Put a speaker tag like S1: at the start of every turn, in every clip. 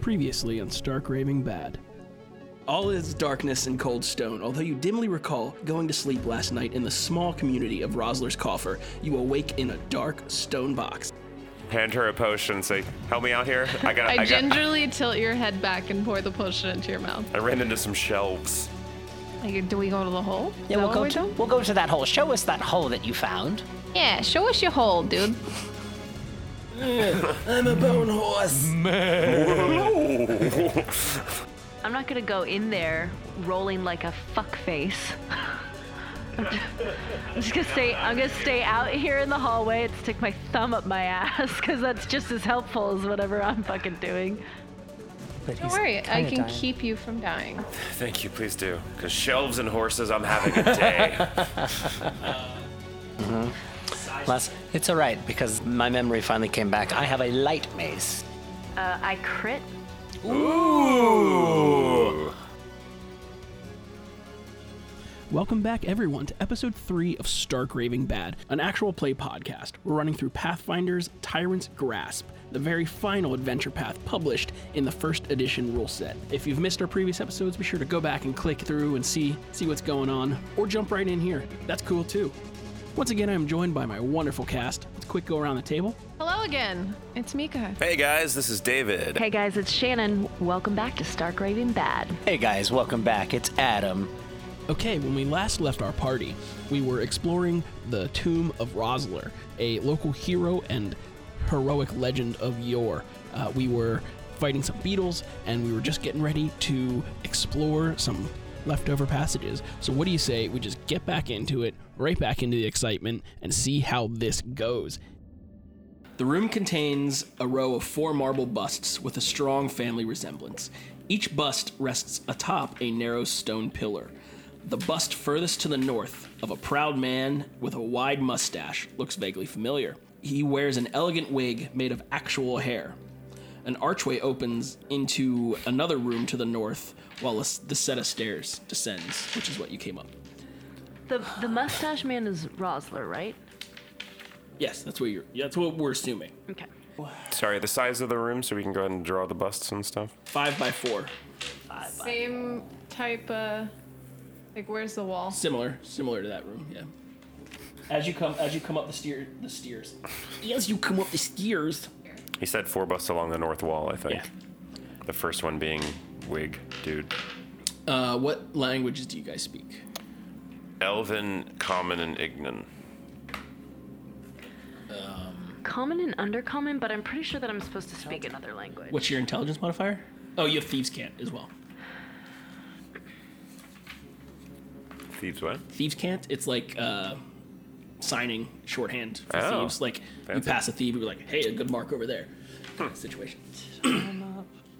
S1: Previously on Stark Raving Bad. All is darkness in Cold Stone, although you dimly recall going to sleep last night in the small community of Rosler's Coffer. You awake in a dark stone box.
S2: Hand her a potion and say, "Help me out here. I got.
S3: I
S2: I, got,
S3: gingerly tilt your head back and pour the potion into your mouth.
S2: I ran into some shelves.
S3: Like, do we go to the hole? Is
S4: Yeah,
S3: that
S4: we'll
S3: what
S4: go
S3: we're
S4: to
S3: doing?
S4: we'll go to that hole. Show us that hole that you found.
S3: Yeah, show us your hole, dude.
S1: I'm a bone horse!
S5: I'm not gonna go in there rolling like a fuck face. I'm just gonna stay. I'm gonna stay out here in the hallway and stick my thumb up my ass because that's just as helpful as whatever I'm fucking doing.
S3: Don't worry, I can keep you from dying.
S2: Thank you, please do. Cause shelves and horses, I'm having a day.
S4: Les, it's all right because my memory finally came back. I have a light mace.
S5: Uh, I crit.
S2: Ooh.
S1: Welcome back, everyone, to episode 3 of Stark Raving Bad, an actual play podcast. We're running through Pathfinder's Tyrant's Grasp, the very final adventure path published in the first edition rule set. If you've missed our previous episodes, be sure to go back and click through and see see what's going on, or jump right in here. That's cool too. Once again, I'm joined by my wonderful cast. Let's quick go around the table.
S3: Hello again. It's Mika.
S2: Hey guys, this is David.
S5: Hey guys, it's Shannon. Welcome back to Stark Raving Bad.
S4: Hey guys, welcome back. It's Adam.
S1: Okay, when we last left our party, we were exploring the tomb of Rosler, a local hero and heroic legend of yore. Uh, we were fighting some beetles, and we were just getting ready to explore some leftover passages. So, what do you say we just get back into it, right back into the excitement, and see how this goes? The room contains a row of four marble busts with a strong family resemblance. Each bust rests atop a narrow stone pillar. The bust furthest to the north of a proud man with a wide mustache looks vaguely familiar. He wears an elegant wig made of actual hair. An archway opens into another room to the north while a s- the set of stairs descends, which is what you came up.
S5: The the mustache man is Rosler, right?
S1: Yes, that's what you're yeah, that's what we're assuming.
S5: Okay.
S2: Sorry, the size of the room, so we can go ahead and draw the busts and stuff.
S1: 5 by 4.
S3: Same type of. Like, where's the wall?
S1: similar similar to that room yeah as you come as you come up the steer the stairs as you come up the stairs
S2: He said four busts along the north wall, I think.
S1: yeah
S2: The first one being wig, dude.
S1: uh, what languages do you guys speak
S2: Elven, common, and ignan.
S5: Common and undercommon, but I'm pretty sure that I'm supposed to speak another language.
S1: what's your intelligence modifier oh you have thieves cant as well
S2: Thieves what?
S1: thieves cant it's like uh, signing shorthand for
S2: Oh,
S1: thieves like you
S2: fancy.
S1: pass a thief you're like hey a good mark over there Kind of situation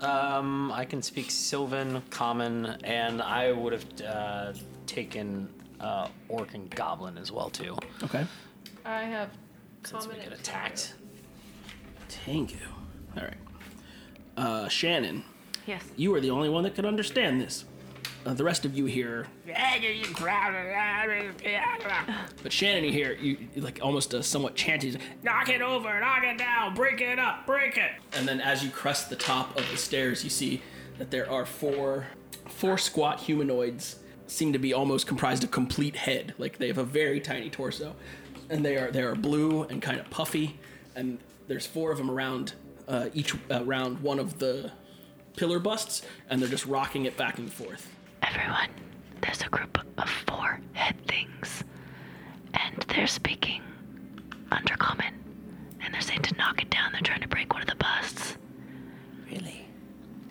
S4: Um, I can speak Sylvan, Common, and I would have uh, taken uh, Orc and Goblin as well too,
S1: okay
S3: I have.
S4: since we get
S3: Common-
S4: attacked.
S1: tango all right uh, shannon
S5: Yes.
S1: you are the only one that can understand this uh, the rest of you here But Shannon, you hear you you, like almost a somewhat chanty, knock it over, knock it down, break it up, break it. And then as you crest the top of the stairs, you see that there are four, four squat humanoids, seem to be almost comprised of complete head. Like they have a very tiny torso, and they are they are blue and kind of puffy. And there's four of them around uh, each around one of the pillar busts, and they're just rocking it back and forth.
S5: Everyone, there's a group of four head things, and they're speaking undercommon, and they're saying to knock it down. They're trying to break one of the busts.
S4: Really?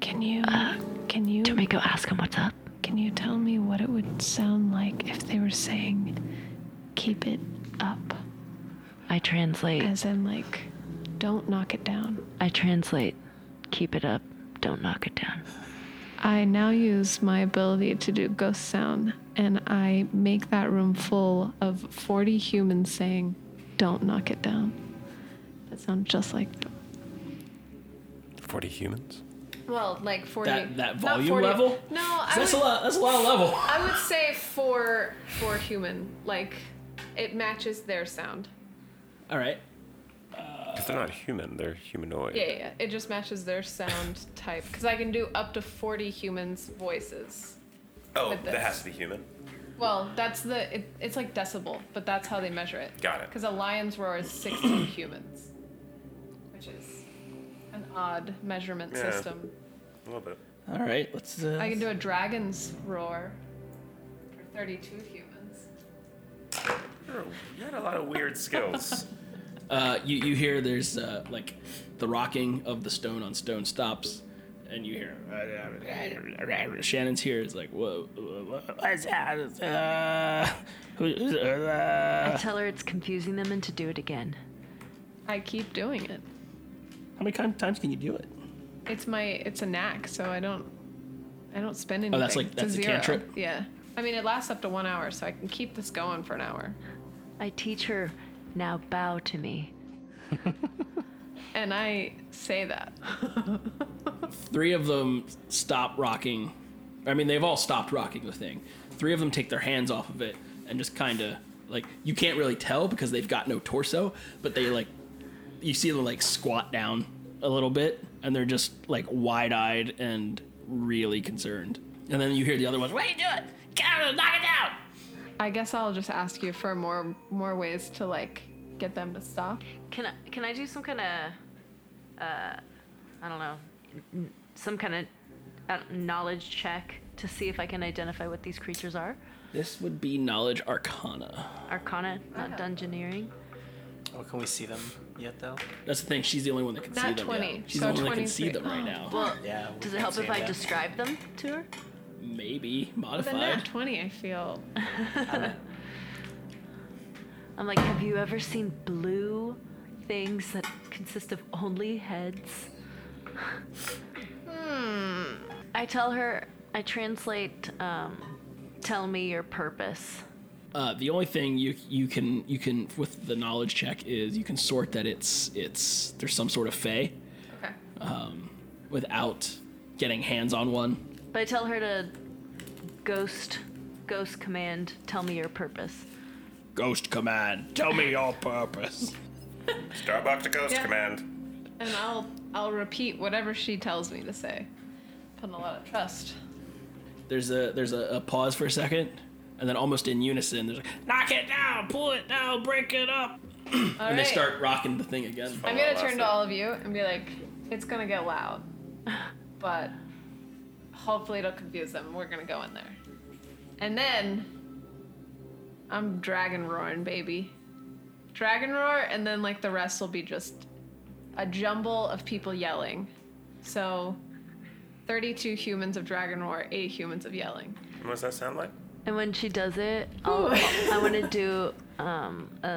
S6: Can you
S4: Uh,
S6: can you
S5: Do we go ask them what's up?
S6: can you tell me what it would sound like if they were saying keep it up
S5: I translate.
S6: as in like don't knock it down.
S5: I translate. Keep it up. Don't knock it down.
S6: I now use my ability to do ghost sound and I make that room full of 40 humans saying don't knock it down. That sounds just like
S2: 40 humans?
S3: Well, like 40.
S1: That that
S3: not
S1: volume
S3: 40.
S1: level.
S3: No, I
S1: That's a
S3: would,
S1: lot. That's a lot of level.
S3: I would say for for human. Like, it matches their sound.
S1: All right.
S2: If they're not human, they're humanoid.
S3: Yeah, yeah, yeah. It just matches their sound type. Because I can do up to 40 humans' voices.
S2: Oh,
S3: With
S2: that
S3: this.
S2: has to be human.
S3: Well, that's the. It, it's like decibel, but that's how they measure it.
S2: Got it.
S3: Because a lion's roar is 16 humans, which is an odd measurement
S2: Yeah.
S3: system.
S2: A little bit.
S7: All right, let's. Uh,
S3: I can do a dragon's roar for 32 humans.
S2: You're a- Oh, You had a lot of weird skills.
S1: Uh, you, you hear there's uh, like the rocking of the stone on stone stops, and you hear Shannon's here. It's like whoa, whoa, whoa, what's that? Uh, who's-
S5: I
S1: uh,
S5: tell her it's confusing them and to do it again.
S3: I keep doing it.
S7: How many time- times can you do it?
S3: It's my. It's a knack, so I don't. I don't spend anything.
S1: Oh, that's like-
S3: It's
S1: that's a
S3: zero.
S1: cantrip?
S3: Yeah. I mean, it lasts up to one hour, so I can keep this going for an hour.
S5: I teach her, now bow to me.
S3: And I say that.
S1: three of them stop rocking. I mean, they've all stopped rocking the thing. Three of them take their hands off of it and just kind of like you can't really tell because they've got no torso, but they like you see them like squat down a little bit and they're just like wide eyed and really concerned. And then you hear the other one, "What are you doing? Get out! Knock it down!"
S3: I guess I'll just ask you for more more ways to like get them to stop.
S5: Can I, can I do some kind of, uh, I don't know, n- some kind of uh, knowledge check to see if I can identify what these creatures are?
S1: This would be knowledge arcana.
S5: Arcana, not dungeoneering.
S4: Oh, can we see them yet, though?
S1: That's the thing. She's the only one that can
S3: Not
S1: see them.
S3: 20,
S1: yeah. She's
S3: so
S1: the only one that can see
S3: 23.
S1: them right now.
S5: Well,
S4: Yeah, we
S5: does it
S4: can
S5: help
S4: see
S5: if I
S4: that.
S5: describe them to her?
S1: Maybe
S3: With a nat
S1: modified.
S3: 20, I feel.
S5: I'm like, have you ever seen blue things that consist of only heads? hmm. I tell her, I translate, um, tell me your purpose.
S1: Uh, the only thing you you can you can with the knowledge check is you can sort that it's it's there's some sort of fey
S3: Okay.
S1: without getting hands on one.
S5: But I tell her to ghost, ghost command, tell me your purpose.
S1: Ghost command, tell me your purpose.
S2: Starbuck to Ghost
S3: Yeah.
S2: Command.
S3: And I'll I'll repeat whatever she tells me to say. Putting a lot of trust.
S1: There's a there's a, a pause for a second, and then almost in unison, there's like knock it down, pull it down, break it up,
S3: All
S1: and they
S3: right.
S1: start rocking the thing again.
S3: I'm
S2: Oh,
S3: gonna
S2: that's
S3: turn
S2: it.
S3: to all of you and be like, it's gonna get loud, but hopefully it'll confuse them. We're gonna go in there, and then I'm dragon roaring, baby, dragon roar, and then like the rest will be just a jumble of people yelling. So, 32 humans of dragon roar, eight humans of yelling.
S2: What does that sound like?
S5: And when she does it, I'll, I'll- i want to do um uh,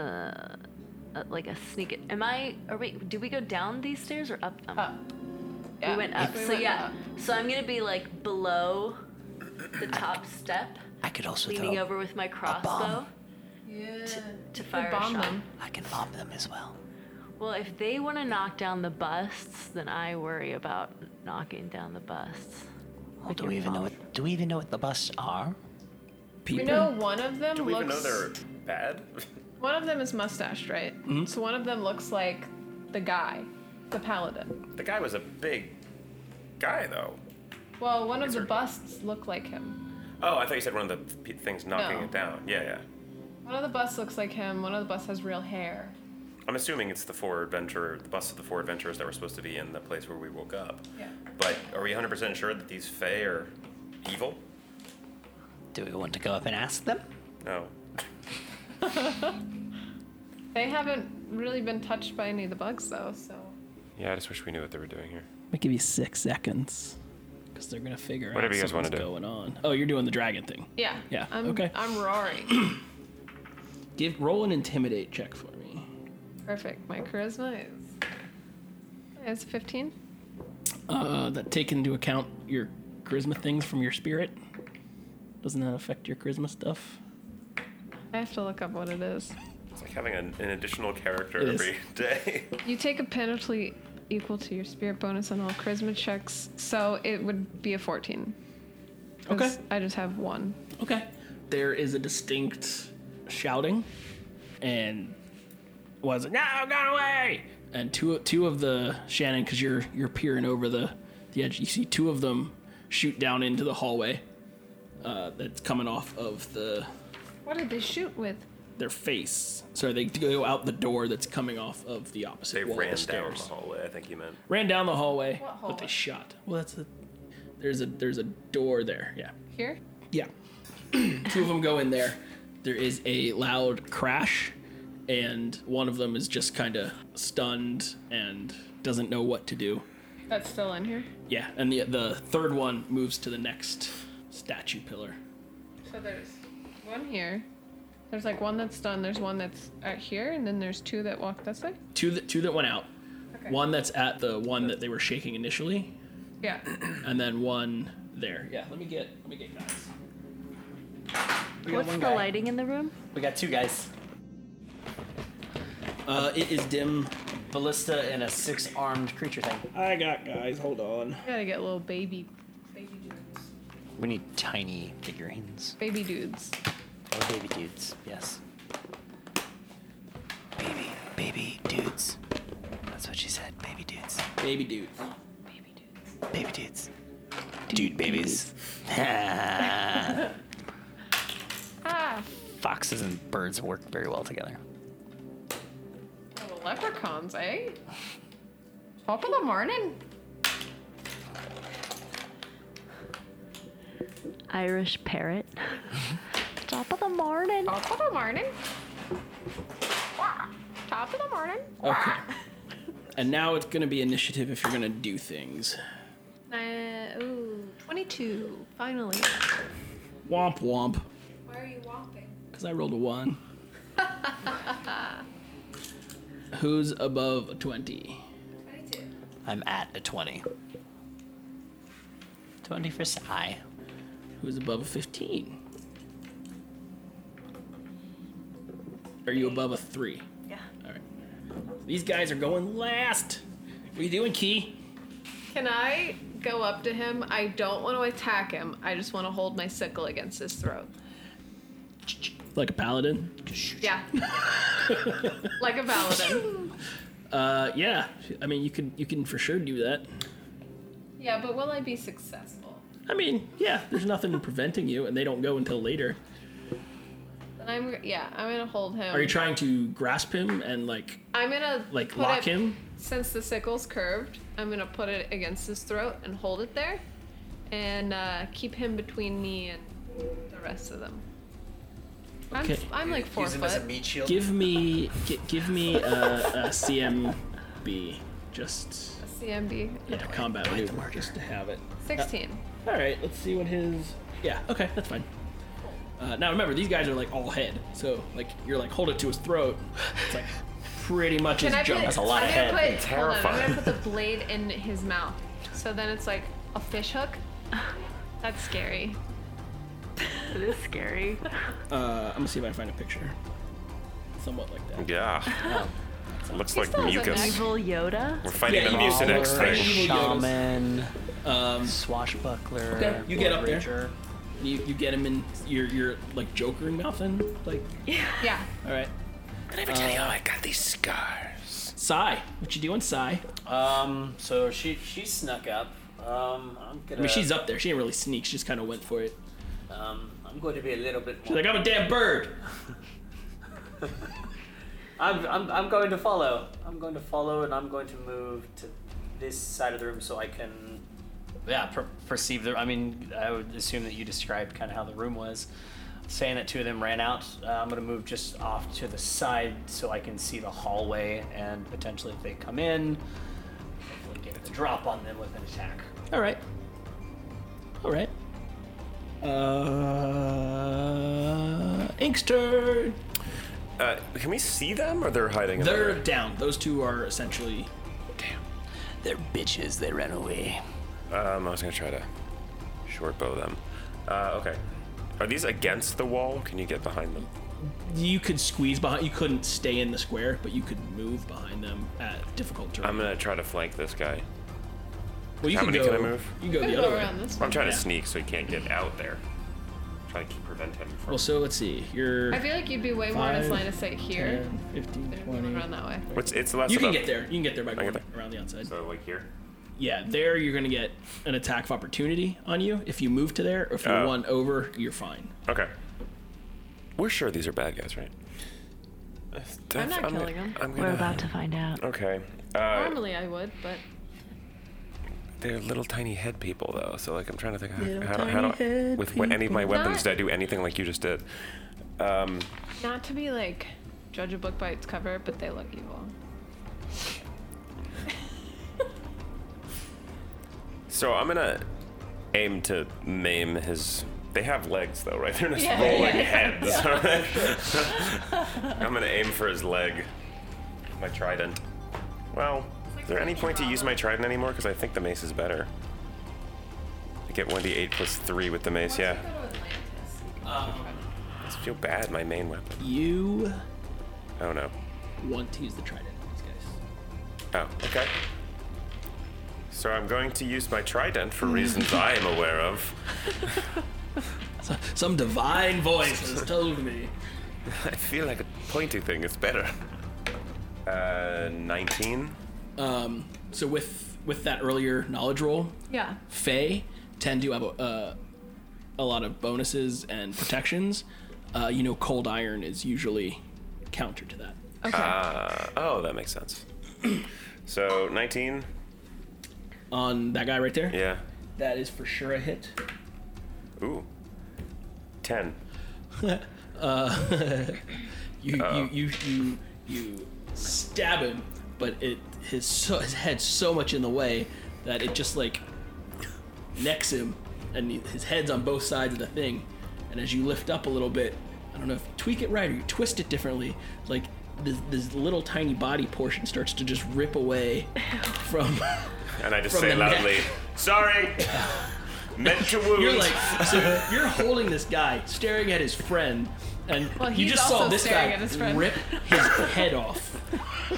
S5: uh, like a sneak. It. Am I? Are we? Do we go down these stairs or up
S4: Uh,
S5: them?
S3: Up. Yeah.
S5: We went up.
S3: We
S5: so
S3: went
S5: yeah.
S3: up.
S5: So I'm gonna be like below the top step,
S4: I could also
S5: leaning
S4: throw-
S5: over with my crossbow
S3: Yeah.
S5: to, to
S3: We
S5: fire a
S3: bomb
S5: shot.
S3: them.
S4: I can bomb them as well.
S5: Well, if they want to knock down the busts, then I worry about knocking down the busts.
S4: Oh, do we even know what? Do we even know what the busts are?
S3: We
S1: People,
S3: know one of them
S2: Do we
S3: looks.
S2: even know they're bad?
S3: One of them is mustached, right?
S1: Hmm?
S3: So one of them looks like the guy, the paladin.
S2: the guy was a big guy, though.
S3: Well, one of the busts look like him.
S2: Oh, I thought you said one of the p- things knocking
S3: No.
S2: it down. Yeah, yeah.
S3: One of the busts looks like him. One of the busts has real hair.
S2: I'm assuming it's the four adventurer, the bus of the four adventurers that were supposed to be in the place where we woke up.
S3: Yeah.
S2: But are we 100% sure that these Fey are evil?
S4: Do we want to go up and ask them?
S2: No.
S3: They haven't really been touched by any of the bugs though, so
S2: Yeah, I just wish we knew what they were doing here.
S1: I'm gonna give you six seconds because they're gonna figure out
S2: Whatever you guys wanna
S1: something's
S2: do.
S1: going on. Oh, you're doing the dragon thing.
S3: yeah.
S1: Yeah,
S3: I'm,
S1: okay.
S3: I'm roaring.
S1: Give roll an intimidate check for me.
S3: Perfect. My charisma is. It's 15.
S1: Uh, that take into account your charisma things from your spirit. Doesn't that affect your charisma stuff?
S3: I have to look up what it is.
S2: It's like having an, an additional character
S1: It is.
S2: every day.
S3: You take a penalty equal to your spirit bonus on all charisma checks, so it would be a 14. 'Cause
S1: Okay.
S3: I just have one.
S1: Okay. There is a distinct shouting, and was it now? Got away! and two two of the Shannon, because you're you're peering over the the edge. You see two of them shoot down into the hallway uh, that's coming off of the
S3: What did they shoot with?
S1: their face. So they go out the door that's coming off of the opposite
S2: They
S1: wall. of
S2: ran
S1: the
S2: down the
S1: stairs.
S2: hallway. I think you meant.
S1: Ran down the hallway,
S3: What
S1: but
S3: hallway?
S1: they shot. Well, that's a there's a there's a door there. Yeah.
S3: Here?
S1: Yeah. Two of them go in there. There is a loud crash, and one of them is just kind of stunned and doesn't know what to do.
S3: That's still in here.
S1: Yeah, and the the third one moves to the next statue pillar.
S3: So there's one here. There's like one that's done. There's one that's out here, and then there's two that walk this way.
S1: Two that two that went out.
S3: Okay.
S1: One that's at the one that they were shaking initially,
S3: Yeah.
S1: and then one there. Yeah, let me get let me get guys.
S4: We got
S8: What's
S4: one
S8: the
S4: guy.
S8: lighting in the room?
S4: We got two guys.
S1: Uh, it is dim.
S4: Ballista and a six-armed creature thing.
S1: I got guys. Hold on.
S3: gotta get little baby, baby dudes.
S4: We need tiny figurines.
S3: Baby dudes.
S4: Or baby dudes, yes. Baby, baby dudes. That's what she said, baby dudes.
S1: Baby dude.
S4: Baby dudes. Dude babies. Foxes
S3: Ah,
S4: and birds work very well together.
S3: little leprechauns, eh? Top of the morning.
S8: Irish parrot. Top of the morning.
S3: Top of the morning. Wah. Top of the morning.
S1: Okay. And now it's gonna be initiative if you're gonna do things.
S3: Uh, ooh, 22. Finally.
S1: Womp womp.
S3: Why are you walking?
S1: Because I rolled a one. Who's above a 20?
S3: 22.
S4: I'm at a 20. 20 for Psy.
S1: Who's above a 15? Are you above a 3?
S8: Yeah.
S1: Alright. These guys are going last. What are you doing, Key?
S3: Can I go up to him? I don't want to attack him. I just want to hold my sickle against his throat.
S1: Like a paladin?
S3: Yeah. like a paladin.
S1: Uh, yeah. I mean, you can you can for sure do that.
S3: Yeah, but will I be successful?
S1: I mean, yeah. There's nothing preventing you, and they don't go until later.
S3: Then I'm yeah, I'm gonna hold him.
S1: Are you trying to grasp him and like
S3: I'm gonna
S1: like
S3: put
S1: lock
S3: it-
S1: him?
S3: Since the sickle's curved, I'm gonna put it against his throat and hold it there, and uh, keep him between me and the rest of them.
S1: Okay.
S3: I'm, I'm like four
S4: Use him
S3: foot.
S4: as a meat shield.
S1: Give me gi- give me a, a CMB, just
S3: CMD
S1: yeah, combat maneuver, just to have it.
S3: 16.
S1: All right, let's see what his. Yeah, okay, that's fine. Uh, now remember, these guys are like all head, so like you're like hold it to his throat. It's like pretty much his
S3: Can I put?
S1: jump. Uh,
S4: That's a lot
S3: I'm
S4: of
S3: gonna
S4: head.
S3: Put, hold on, I'm gonna put the blade in his mouth. So then it's like a fish hook. That's scary.
S8: It is scary.
S1: Uh, I'm gonna see if I can find a picture. Somewhat like that.
S2: Yeah. Looks like
S3: Oh. still has a
S2: mucus.
S3: neck.
S8: Evil Yoda.
S2: We're fighting
S1: Yeah,
S2: the
S1: you-
S2: Mucinex thing.
S1: Evil Yodas.
S4: Shaman,
S1: Um,
S4: swashbuckler,
S1: Okay, you get
S4: Blood
S1: up there.
S4: ranger.
S1: you, you get him in your your like Joker nothing like.
S3: Yeah.
S1: All right,
S2: Did I ever tell you how I got these scars?
S1: Sai, Uh, what you doing, Sai?
S4: Um, so she she snuck up. Um, I'm gonna.
S1: I
S2: Uh,
S1: mean, she's up there. She didn't really sneak. She just kind of went for it.
S4: Um, I'm going to be a little bit more.
S1: She's like, I'm a damn bird.
S4: I'm, I'm, I'm going to follow. I'm going to follow, and I'm going to move to this side of the room so I can. Yeah, per- perceive the. I mean, I would assume that you described kind of how the room was. Saying that two of them ran out, uh, I'm going to move just off to the side so I can see the hallway and potentially if they come in, hopefully get a drop on them with an attack.
S1: All right. All right. Uh, Ink's turn.
S2: Uh, can we see them, or they're hiding? in the
S1: They're
S2: room?
S1: down. Those two are essentially.
S4: They're bitches. They ran away.
S2: Um, I was gonna try to short bow them. Uh, okay. Are these against the wall? Can you get behind them?
S1: You could squeeze behind. You couldn't stay in the square, but you could move behind them at difficult terrain.
S2: I'm gonna try to flank this guy.
S1: well, you
S2: Um, how
S1: can
S2: many
S1: go,
S2: can I move?
S1: You can go
S3: I'm
S1: the
S3: gonna go
S1: other way.
S3: around this
S2: I'm
S3: one.
S2: trying
S1: Yeah.
S2: to sneak so he can't get out there. trying to keep prevent him from.
S1: Well, so let's see. You're
S3: I feel like you'd be way more in his
S1: Five,
S3: line of sight here
S1: 10, 15,
S3: than if you
S1: 20.
S3: went around that way.
S2: it's, it's less
S1: You can
S2: about-
S1: get there. You can get there by
S2: get
S1: going
S2: there.
S1: around the outside.
S2: So like here.
S1: Yeah, there you're gonna get an attack of opportunity on you if you move to there. Or if you're
S2: Oh.
S1: one over, you're fine.
S2: Okay. We're sure these are bad guys, right?
S3: I'm not killing
S2: gonna-
S3: them.
S2: I'm
S8: We're
S2: gonna-
S8: about to find out.
S2: Okay. Uh,
S3: Normally I would, but
S2: they're little tiny head people, though. So like, I'm trying to think how, how, do- how do I, with when any of my weapons
S3: Not-
S2: did I do anything like you just did? Um,
S3: not to be like judge a book by its cover, but they look evil.
S2: so I'm gonna aim to maim his. They have legs though, right? They're just
S3: Yeah,
S2: rolling
S3: yeah,
S2: heads. I'm gonna aim for his leg. My trident. Well, is there any point to use my trident anymore? Because I think the mace is better. I get 1d8 plus 3 with the mace, yeah. I just feel bad, my main weapon.
S1: You
S2: I don't know.
S1: want to use the trident, on these guys.
S2: Oh, okay. So I'm going to use my trident for reasons I am aware of.
S1: So, some divine voice has told me.
S2: I feel like a pointy thing is better. Uh, 19.
S1: Um, so with with that earlier knowledge roll,
S3: Yeah.
S1: Fae tend to have uh, a lot of bonuses and protections. Uh, you know, cold iron is usually counter to that.
S3: Okay.
S2: Uh, oh, that makes sense. So 19.
S1: On that guy right there,
S2: Yeah.
S1: that is for sure a hit.
S2: Ooh. 10.
S1: Uh, You you, you you you stab him, but it his so, his head's so much in the way that it just like necks him, and he- his head's on both sides of the thing. And as you lift up a little bit, I don't know if you tweak it right or you twist it differently, like this, this little tiny body portion starts to just rip away from.
S2: And I just
S1: From
S2: say
S1: the neck.
S2: loudly, sorry! Meant to wound.
S1: You're like, so you're holding this guy, staring at his friend, and
S3: Well,
S1: you
S3: he's
S1: just saw
S3: also
S1: this
S3: staring
S1: guy
S3: at his friend.
S1: rip his head off.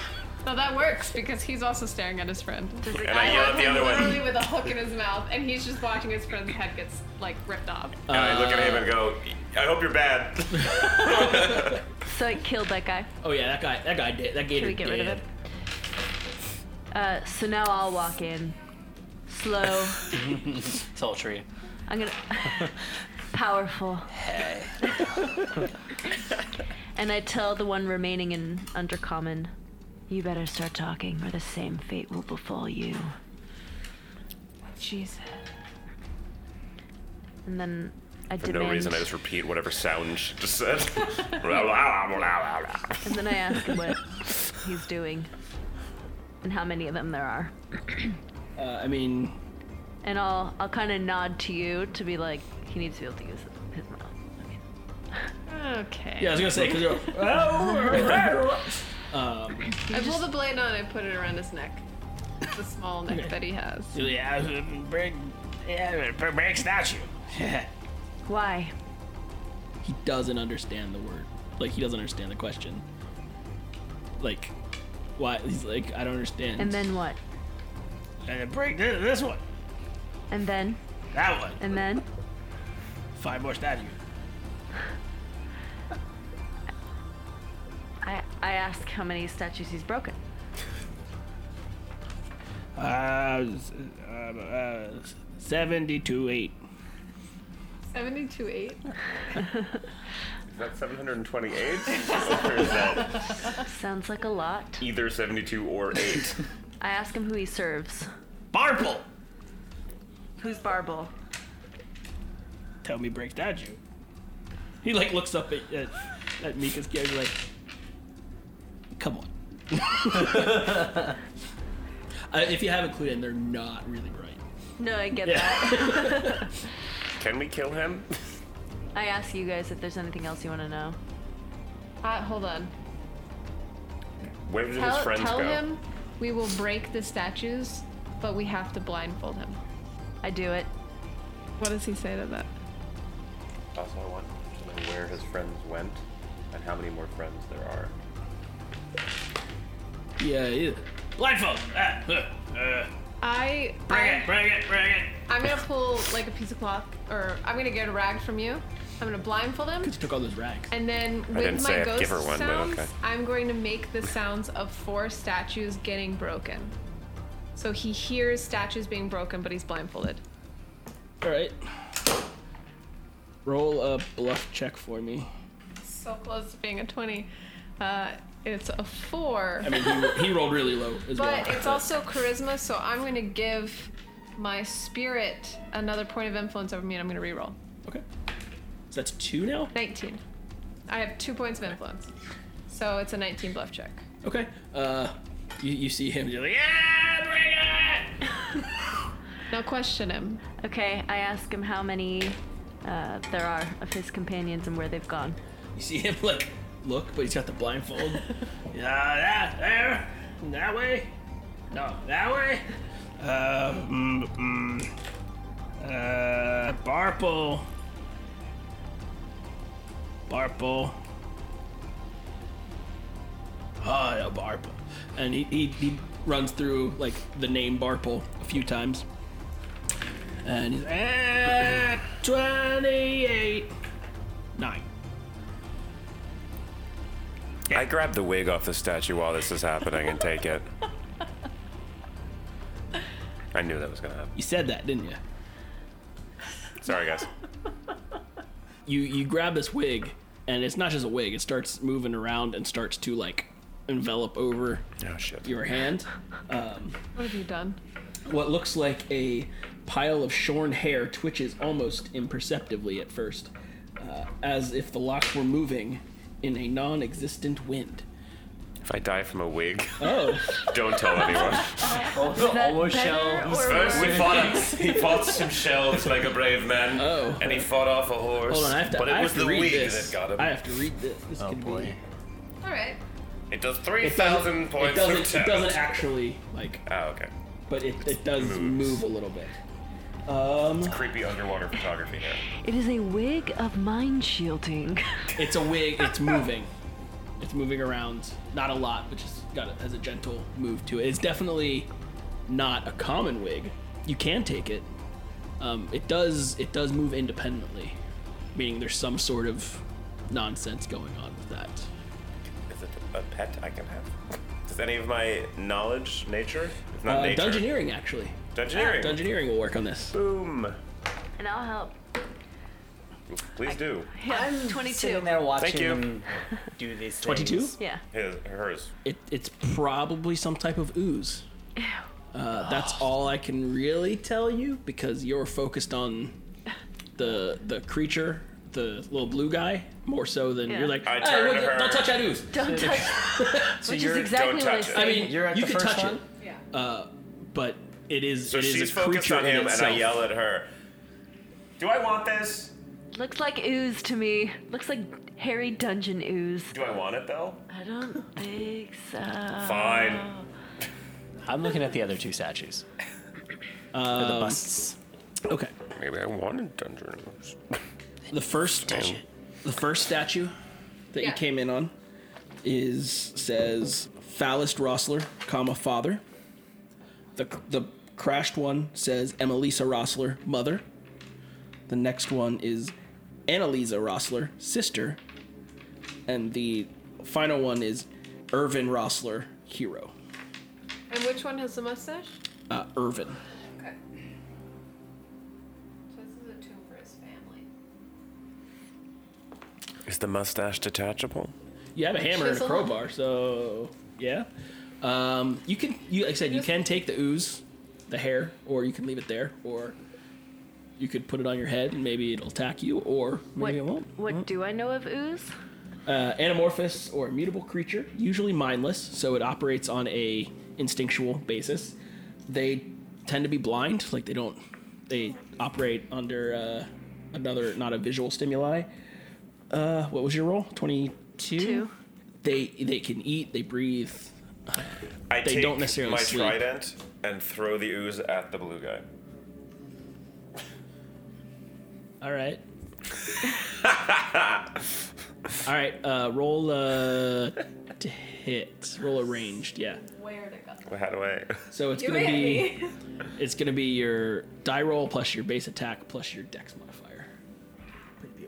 S3: No, that works because he's also staring at his friend.
S2: and I yell at
S3: have
S2: the
S3: him
S2: other
S3: literally
S2: one.
S3: with a hook in his mouth, and he's just watching his friend's head gets like ripped off.
S2: And I look at him and go, I hope you're bad.
S5: So it killed that guy.
S1: Oh yeah, that guy, that guy did. That gator.
S5: Should we get rid of
S1: did.
S5: it? Uh, so now I'll walk in. Slow.
S4: Sultry.
S5: I'm gonna. Powerful. and I tell the one remaining in Undercommon,
S8: You better start talking, or the same fate will befall you.
S3: Jesus.
S5: and then I
S2: For
S5: demand.
S2: no reason, I just repeat whatever sound she just said. Blah, blah, blah, blah, blah, blah.
S5: And then I ask him what he's doing and how many of them there are.
S1: Uh, I mean,
S5: And I'll I'll kind of nod to you to be like he needs to be able to use his mouth. I mean,
S3: Okay.
S1: yeah, I was gonna say because you're. um,
S3: I pull the blade on and put it around his neck. The small neck that he has.
S9: Yeah, break, yeah, break statue.
S5: why?
S1: he doesn't understand the word. Like he doesn't understand the question. Like, why? He's like, I don't understand.
S5: And then what?
S9: And then break this, this one,
S5: And then
S9: that one.
S5: and then
S9: Five more statues.
S5: I I ask how many statues he's broken.
S9: Uh, s- uh, uh, seventy-two eight.
S3: 72 8.
S2: Is that 728? or is that
S5: Sounds like a lot.
S2: either 72 or 8?
S5: I ask him who he serves.
S9: Barple.
S5: Who's Barble?
S9: Tell me break statue.
S1: he like looks up at at, at Mika's character like, come on. uh, if you haven't clued in, they're not really right.
S5: No, I get that.
S2: Can we kill him?
S5: I ask you guys if there's anything else you want to know.
S3: Uh, hold on.
S2: Where did his
S3: Tell,
S2: friends
S3: tell
S2: go?
S3: him we will break the statues, but we have to blindfold him.
S5: I do it.
S3: What does he say to that?
S2: Also, I want to know where his friends went and how many more friends there are.
S1: Yeah, yeah.
S9: Blindfold. Ah, huh, uh,
S3: I
S9: Bring
S3: I-
S9: it, bring it, bring it.
S3: I'm gonna pull like a piece of cloth, or I'm gonna get a rag from you. I'm gonna blindfold him,
S1: Because you took all those rags.
S3: and then
S2: didn't
S3: with
S2: say
S3: my
S2: I'd
S3: ghost
S2: give her one, but
S3: sounds,
S2: okay.
S3: I'm going to make the sounds of four statues getting broken. So he hears statues being broken, but he's blindfolded.
S1: All right. Roll a bluff check for me.
S3: So close to being a 20. Uh, it's a four,
S1: I mean, he, he rolled really low as well.
S3: but it's also charisma, so I'm gonna give my spirit another point of influence over me, and I'm gonna reroll.
S1: okay. So that's two now.
S3: 19. I have two points of influence. So it's a 19 bluff check.
S1: Okay. Uh, you, you see him. You're like, yeah.
S9: Yeah, bring it.
S3: Now question him.
S5: Okay, I ask him how many uh, there are of his companions and where they've gone.
S1: You see him like look, but he's got the blindfold.
S9: Yeah, that, there, that way. No, that way. Uh, mm, mm. uh, Barple.
S1: Barpo. Oh, no, Barpo. And he, he, he runs through like the name Barpo a few times. And he's like, "Ah, 28. Nine.
S2: I grab the wig off the statue while this is happening and take it. I knew that was gonna happen.
S1: You said that, didn't you?
S2: Sorry, guys.
S1: you you grab this wig and it's not just a wig it starts moving around and starts to like envelop over
S2: Oh shit.
S1: your hand
S3: What have you done?
S1: what looks like a pile of shorn hair twitches almost imperceptibly at first uh, as if the locks were moving in a non-existent wind
S2: If I die from a wig,
S1: oh
S2: don't tell anyone.
S4: Almost shall.
S2: First, we fought. A, he fought some shells like a brave man,
S1: Oh.
S2: and he fought off a horse.
S1: hold on i have to
S2: but it
S1: I
S2: was
S1: have to
S2: the
S1: read
S2: wig
S1: this.
S2: that got him.
S1: i have to read this this could be
S3: All right.
S2: It does
S1: it doesn't-
S2: 3,000
S1: it
S2: points of
S1: doesn't, it
S2: damage.
S1: doesn't actually like
S2: Oh, okay.
S1: but it, it does move a little bit Uh,
S2: Creepy underwater photography here.
S5: It is a wig of mind shielding.
S1: It's a wig. It's moving. It's moving around. Not a lot, but just got it as a gentle move to it. It's definitely not a common wig. You can take it. Um, it does. It does move independently, meaning there's some sort of nonsense going on with that.
S2: Is it a pet I can have? Does any of my knowledge, nature? It's not
S1: Uh,
S2: nature.
S1: dungeoneering, actually.
S2: Dungeoneering.
S1: Dungeoneering will work on this.
S2: Boom.
S5: and I'll help.
S2: Please do.
S5: Yeah, 22.
S4: Sitting there watching
S2: Thank you.
S4: him do these things.
S1: 22?
S5: Yeah.
S2: His, hers.
S1: It, it's probably some type of ooze. Uh, that's
S4: Oh.
S1: all I can really tell you because you're focused on the the creature, the little blue guy, more so than
S5: Yeah.
S1: you're like,
S2: I
S1: "Hey,
S2: turn
S1: what
S2: to
S1: the-
S2: her."
S1: don't touch that ooze.
S5: Don't touch. Which is
S4: you're-
S5: exactly
S2: don't
S5: what I
S2: touch it.
S5: said.
S1: I mean,
S4: You're at
S1: you
S4: the
S1: can
S4: first
S1: touch
S4: one?
S1: it, Uh, but it is
S2: So
S1: it is
S2: she's
S1: a
S2: focused
S1: creature
S2: on
S1: in
S2: him, and
S1: itself.
S2: I yell at her. Do I want this?
S5: Looks like ooze to me. Looks like hairy dungeon ooze.
S2: Do I want it though?
S5: I don't think so.
S1: Uh.
S2: Fine.
S4: I'm looking at the other two statues. Um, Or the busts.
S1: Okay,
S2: Maybe I wanted dungeon.
S1: the first the first statue that
S3: Yeah.
S1: you came in on is says Fallist Rossler, comma father. The the crashed one says Emelisa Rossler, mother. The next one is Annalisa Rossler, sister. And the final one is Irvin Rossler, hero.
S3: And which one has the mustache?
S1: Uh, Irvin.
S3: Okay. So this is a tomb for his family.
S2: Is the mustache detachable?
S1: You have a hammer and a
S3: Chisel.
S1: crowbar, so yeah. Um, you can, you like I said, you can take the ooze, the hair, or you can leave it there, or you could put it on your head and maybe it'll attack you, or
S5: What,
S1: maybe it won't.
S5: what do I know of ooze?
S1: Uh, anamorphous or immutable creature, usually mindless, so it operates on a instinctual basis. They tend to be blind, like they don't, they operate under uh, another, not a visual stimuli. Uh, what was your roll? Twenty-two
S5: Two.
S1: they they can eat, they breathe.
S2: I
S1: They
S2: take
S1: don't necessarily
S2: my
S1: sleep.
S2: trident and throw the ooze at the blue guy.
S1: All right. All right, uh, roll uh, to hit. Roll a ranged, yeah.
S3: Where to go?
S2: How do I?
S1: So it's
S3: You
S1: gonna
S3: hit
S1: be
S3: me.
S1: it's gonna be your die roll plus your base attack plus your dex modifier.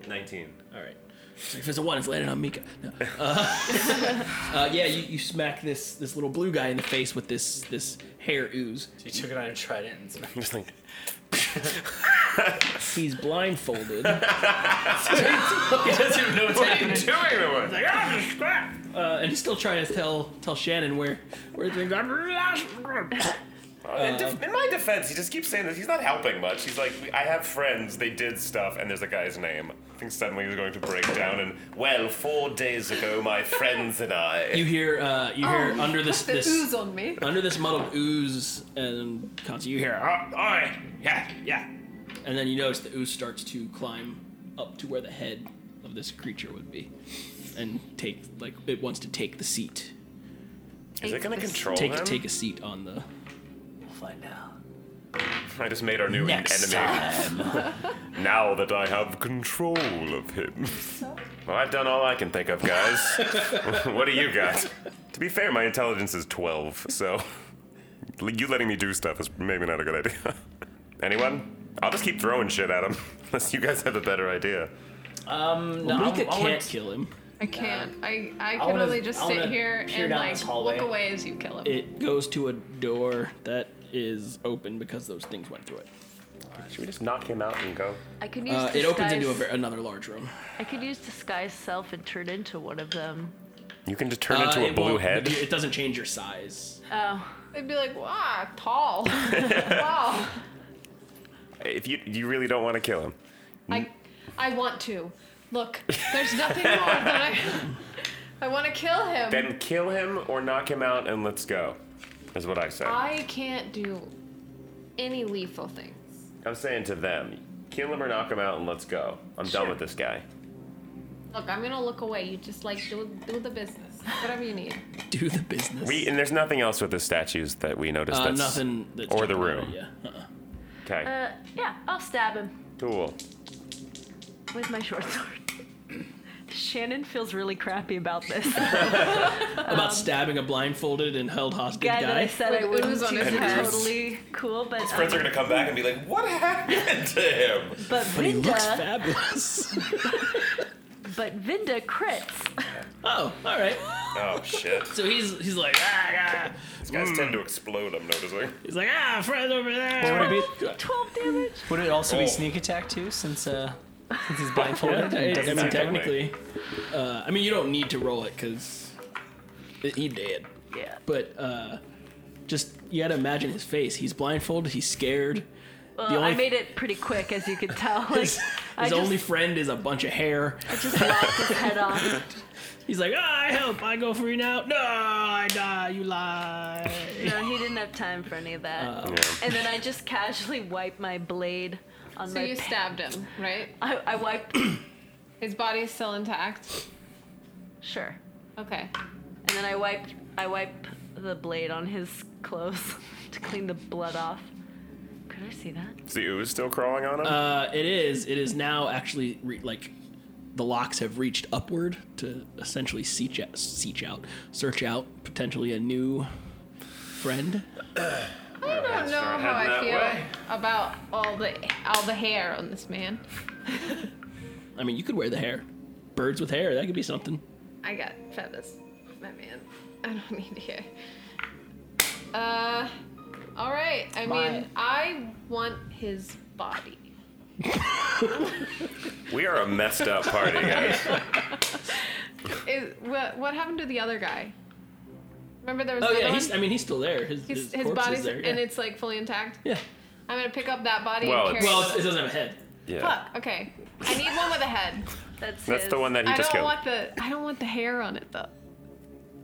S2: 19.
S1: All right. So if it's a one, it's landing on Mika. No. Uh, uh, yeah, you, you smack this this little blue guy in the face with this this hair ooze. So
S4: you took it out and tried it and
S2: just like.
S1: He's blindfolded. uh,
S4: he doesn't even know what's
S1: What are you
S4: happening.
S1: doing to him?
S4: He's like, "Ah, just crap."
S1: Uh, and he's still trying to tell tell Shannon where where things are.
S2: Uh, in, def- in my defense, he just keeps saying this. He's not helping much. He's like, I have friends. They did stuff, and there's a guy's name. I think suddenly he's going to break down. And well, four days ago, my friends and I.
S1: You hear uh, you hear
S3: Oh,
S1: under this
S3: the
S1: this
S3: ooze on me.
S1: under this muddled ooze and Kanzi, you hear
S2: Uh,
S1: "Ah, all right, yeah, yeah, and then you notice the ooze starts to climb up to where the head of this creature would be, and take like it wants to take the seat.
S2: Is it gonna control
S1: Take
S2: him?
S1: take a seat on the.
S4: We'll find out.
S2: I just made our new
S4: Next
S2: enemy. now that I have control of him. Well, I've done all I can think of, guys. what do you got? To be fair, my intelligence is 12, so you letting me do stuff is maybe not a good idea. Anyone? I'll just keep throwing shit at him, unless you guys have a better idea.
S4: Um, no,
S1: Well,
S4: I-
S1: Mika
S4: I
S1: can't
S4: would-
S1: kill him.
S3: I can't. I I
S4: wanna-
S3: can only just
S4: I
S3: sit
S4: wanna
S3: here
S4: peer
S3: and
S4: down
S3: like
S4: this hallway.
S3: look away as you kill him.
S1: It goes to a door that is open because those things went through it.
S2: Should we just knock him out and go?
S5: I can use
S1: Uh,
S5: disguise.
S1: it opens into a, ver- another large room.
S5: I could use disguise self and turn into one of them.
S2: You can just turn
S1: Uh,
S2: into a
S1: it
S2: blue
S1: won't-
S2: head.
S1: It doesn't change your size.
S5: Oh,
S3: They'd be like, wow, tall. wow.
S2: If you you really don't want to kill him,
S3: I I want to. Look, there's nothing more that I I want to kill him.
S2: then kill him or knock him out and let's go. Is what I say.
S3: I can't do any lethal things.
S2: I'm saying to them, kill him or knock him out and let's go. I'm done with this guy.
S3: Look, I'm gonna look away. You just like do do the business, whatever you need.
S1: Do the business.
S2: We and there's nothing else with the statues that we noticed.
S1: Uh,
S2: that's,
S1: nothing. That's
S2: or the
S1: jumping
S2: room.
S1: out, Yeah. Uh-uh.
S2: Okay,
S5: uh, yeah, I'll stab him
S2: cool.
S5: with my short sword. Shannon feels really crappy about this.
S1: About stabbing a blindfolded and held hostage
S5: Um, guy
S1: guy.
S5: that I said I
S3: With
S5: wouldn't
S3: ooze on
S5: do
S3: his
S5: is
S2: head.
S5: totally cool, but
S2: Friends are gonna come back and be like, "What happened to him?"
S5: but
S1: but he looks
S5: Vinda,
S1: fabulous.
S5: but Vinda crits.
S1: oh, all right.
S2: Oh shit!
S1: So he's he's like ah, ah.
S2: These
S3: Hmm.
S2: guys tend to explode. I'm noticing.
S1: he's like ah, friend over there.
S4: Would it,
S5: Twelve damage.
S4: be, would it also
S2: Oh.
S4: be sneak attack too, since uh, since he's blindfolded?
S1: I,
S4: and
S1: I
S4: doesn't
S1: mean,
S4: attack?
S1: technically, uh, I mean you don't need to roll it because he did.
S5: Yeah.
S1: But uh, just you gotta imagine his face. He's blindfolded. He's scared.
S5: Well,
S1: only-
S5: I made it pretty quick, as you can tell. Like,
S1: His,
S5: I
S1: his
S5: just,
S1: only friend is a bunch of hair.
S5: I just lopped his head off.
S1: He's like, ah, I help. I go free now. No, I die. You lie.
S5: No, he didn't have time for any of that. And then I just casually wiped my blade on
S3: So
S5: my.
S3: you
S5: pa-
S3: stabbed him, right?
S5: I, I wiped.
S3: His body's still intact.
S5: sure.
S3: Okay.
S5: And then I wiped. I wiped the blade on his clothes to clean the blood off. Could I see that?
S2: Is the ooze still crawling on him?
S1: Uh, it is. It is now actually re- like the locks have reached upward to essentially seek out, seek out, search out potentially a new friend.
S3: I don't know
S2: start heading
S3: how I
S2: that
S3: feel
S2: way.
S3: about all the all the hair on this man.
S1: I mean, you could wear the hair. Birds with hair. That could be something.
S3: I got feathers, my man. I don't need hair. Uh, all right. I mean,
S4: My-
S3: I want his body.
S2: we are a messed up party, guys.
S3: Is what what happened to the other guy? Remember there was
S1: Oh
S3: another
S1: yeah, he's.
S3: one.
S1: I mean, he's still there. His, his,
S3: his, his
S1: corpse
S3: body's
S1: is there. Yeah.
S3: and it's like fully intact.
S1: yeah.
S3: I'm gonna pick up that body
S2: Well,
S3: and
S2: it's-
S3: carry
S1: Well,
S3: it.
S1: it's- it doesn't have a head.
S2: Yeah,
S3: Fuck. Okay. I need one with a head.
S5: That's
S2: that's
S5: his.
S2: the one that he
S3: I
S2: just
S3: don't
S2: killed.
S3: want the I don't want the hair on it though.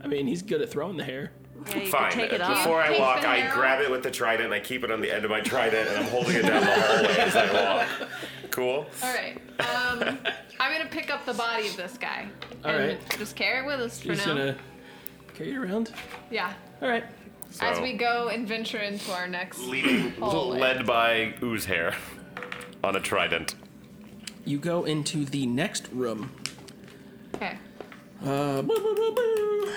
S1: I mean, he's good at throwing the hair.
S5: Yeah, you
S2: Fine.
S5: Can take it
S2: Uh,
S5: off.
S2: Before I
S3: Take
S2: walk,
S3: the
S2: I
S3: hair
S2: grab it with the trident and I keep it on the end of my trident and I'm holding it down the hallway as I walk. Cool.
S3: All right. Um, I'm gonna pick up the body of this guy.
S1: All
S3: and
S1: right.
S3: Just carry it with us for
S1: He's
S3: now.
S1: gonna carry it around.
S3: Yeah.
S1: All right.
S2: So,
S3: As we go and venture into our next.
S2: leading,
S3: hallway.
S2: led by ooze hair on a trident.
S1: You go into the next room.
S3: Okay.
S1: Uh, boo, boo, boo, boo.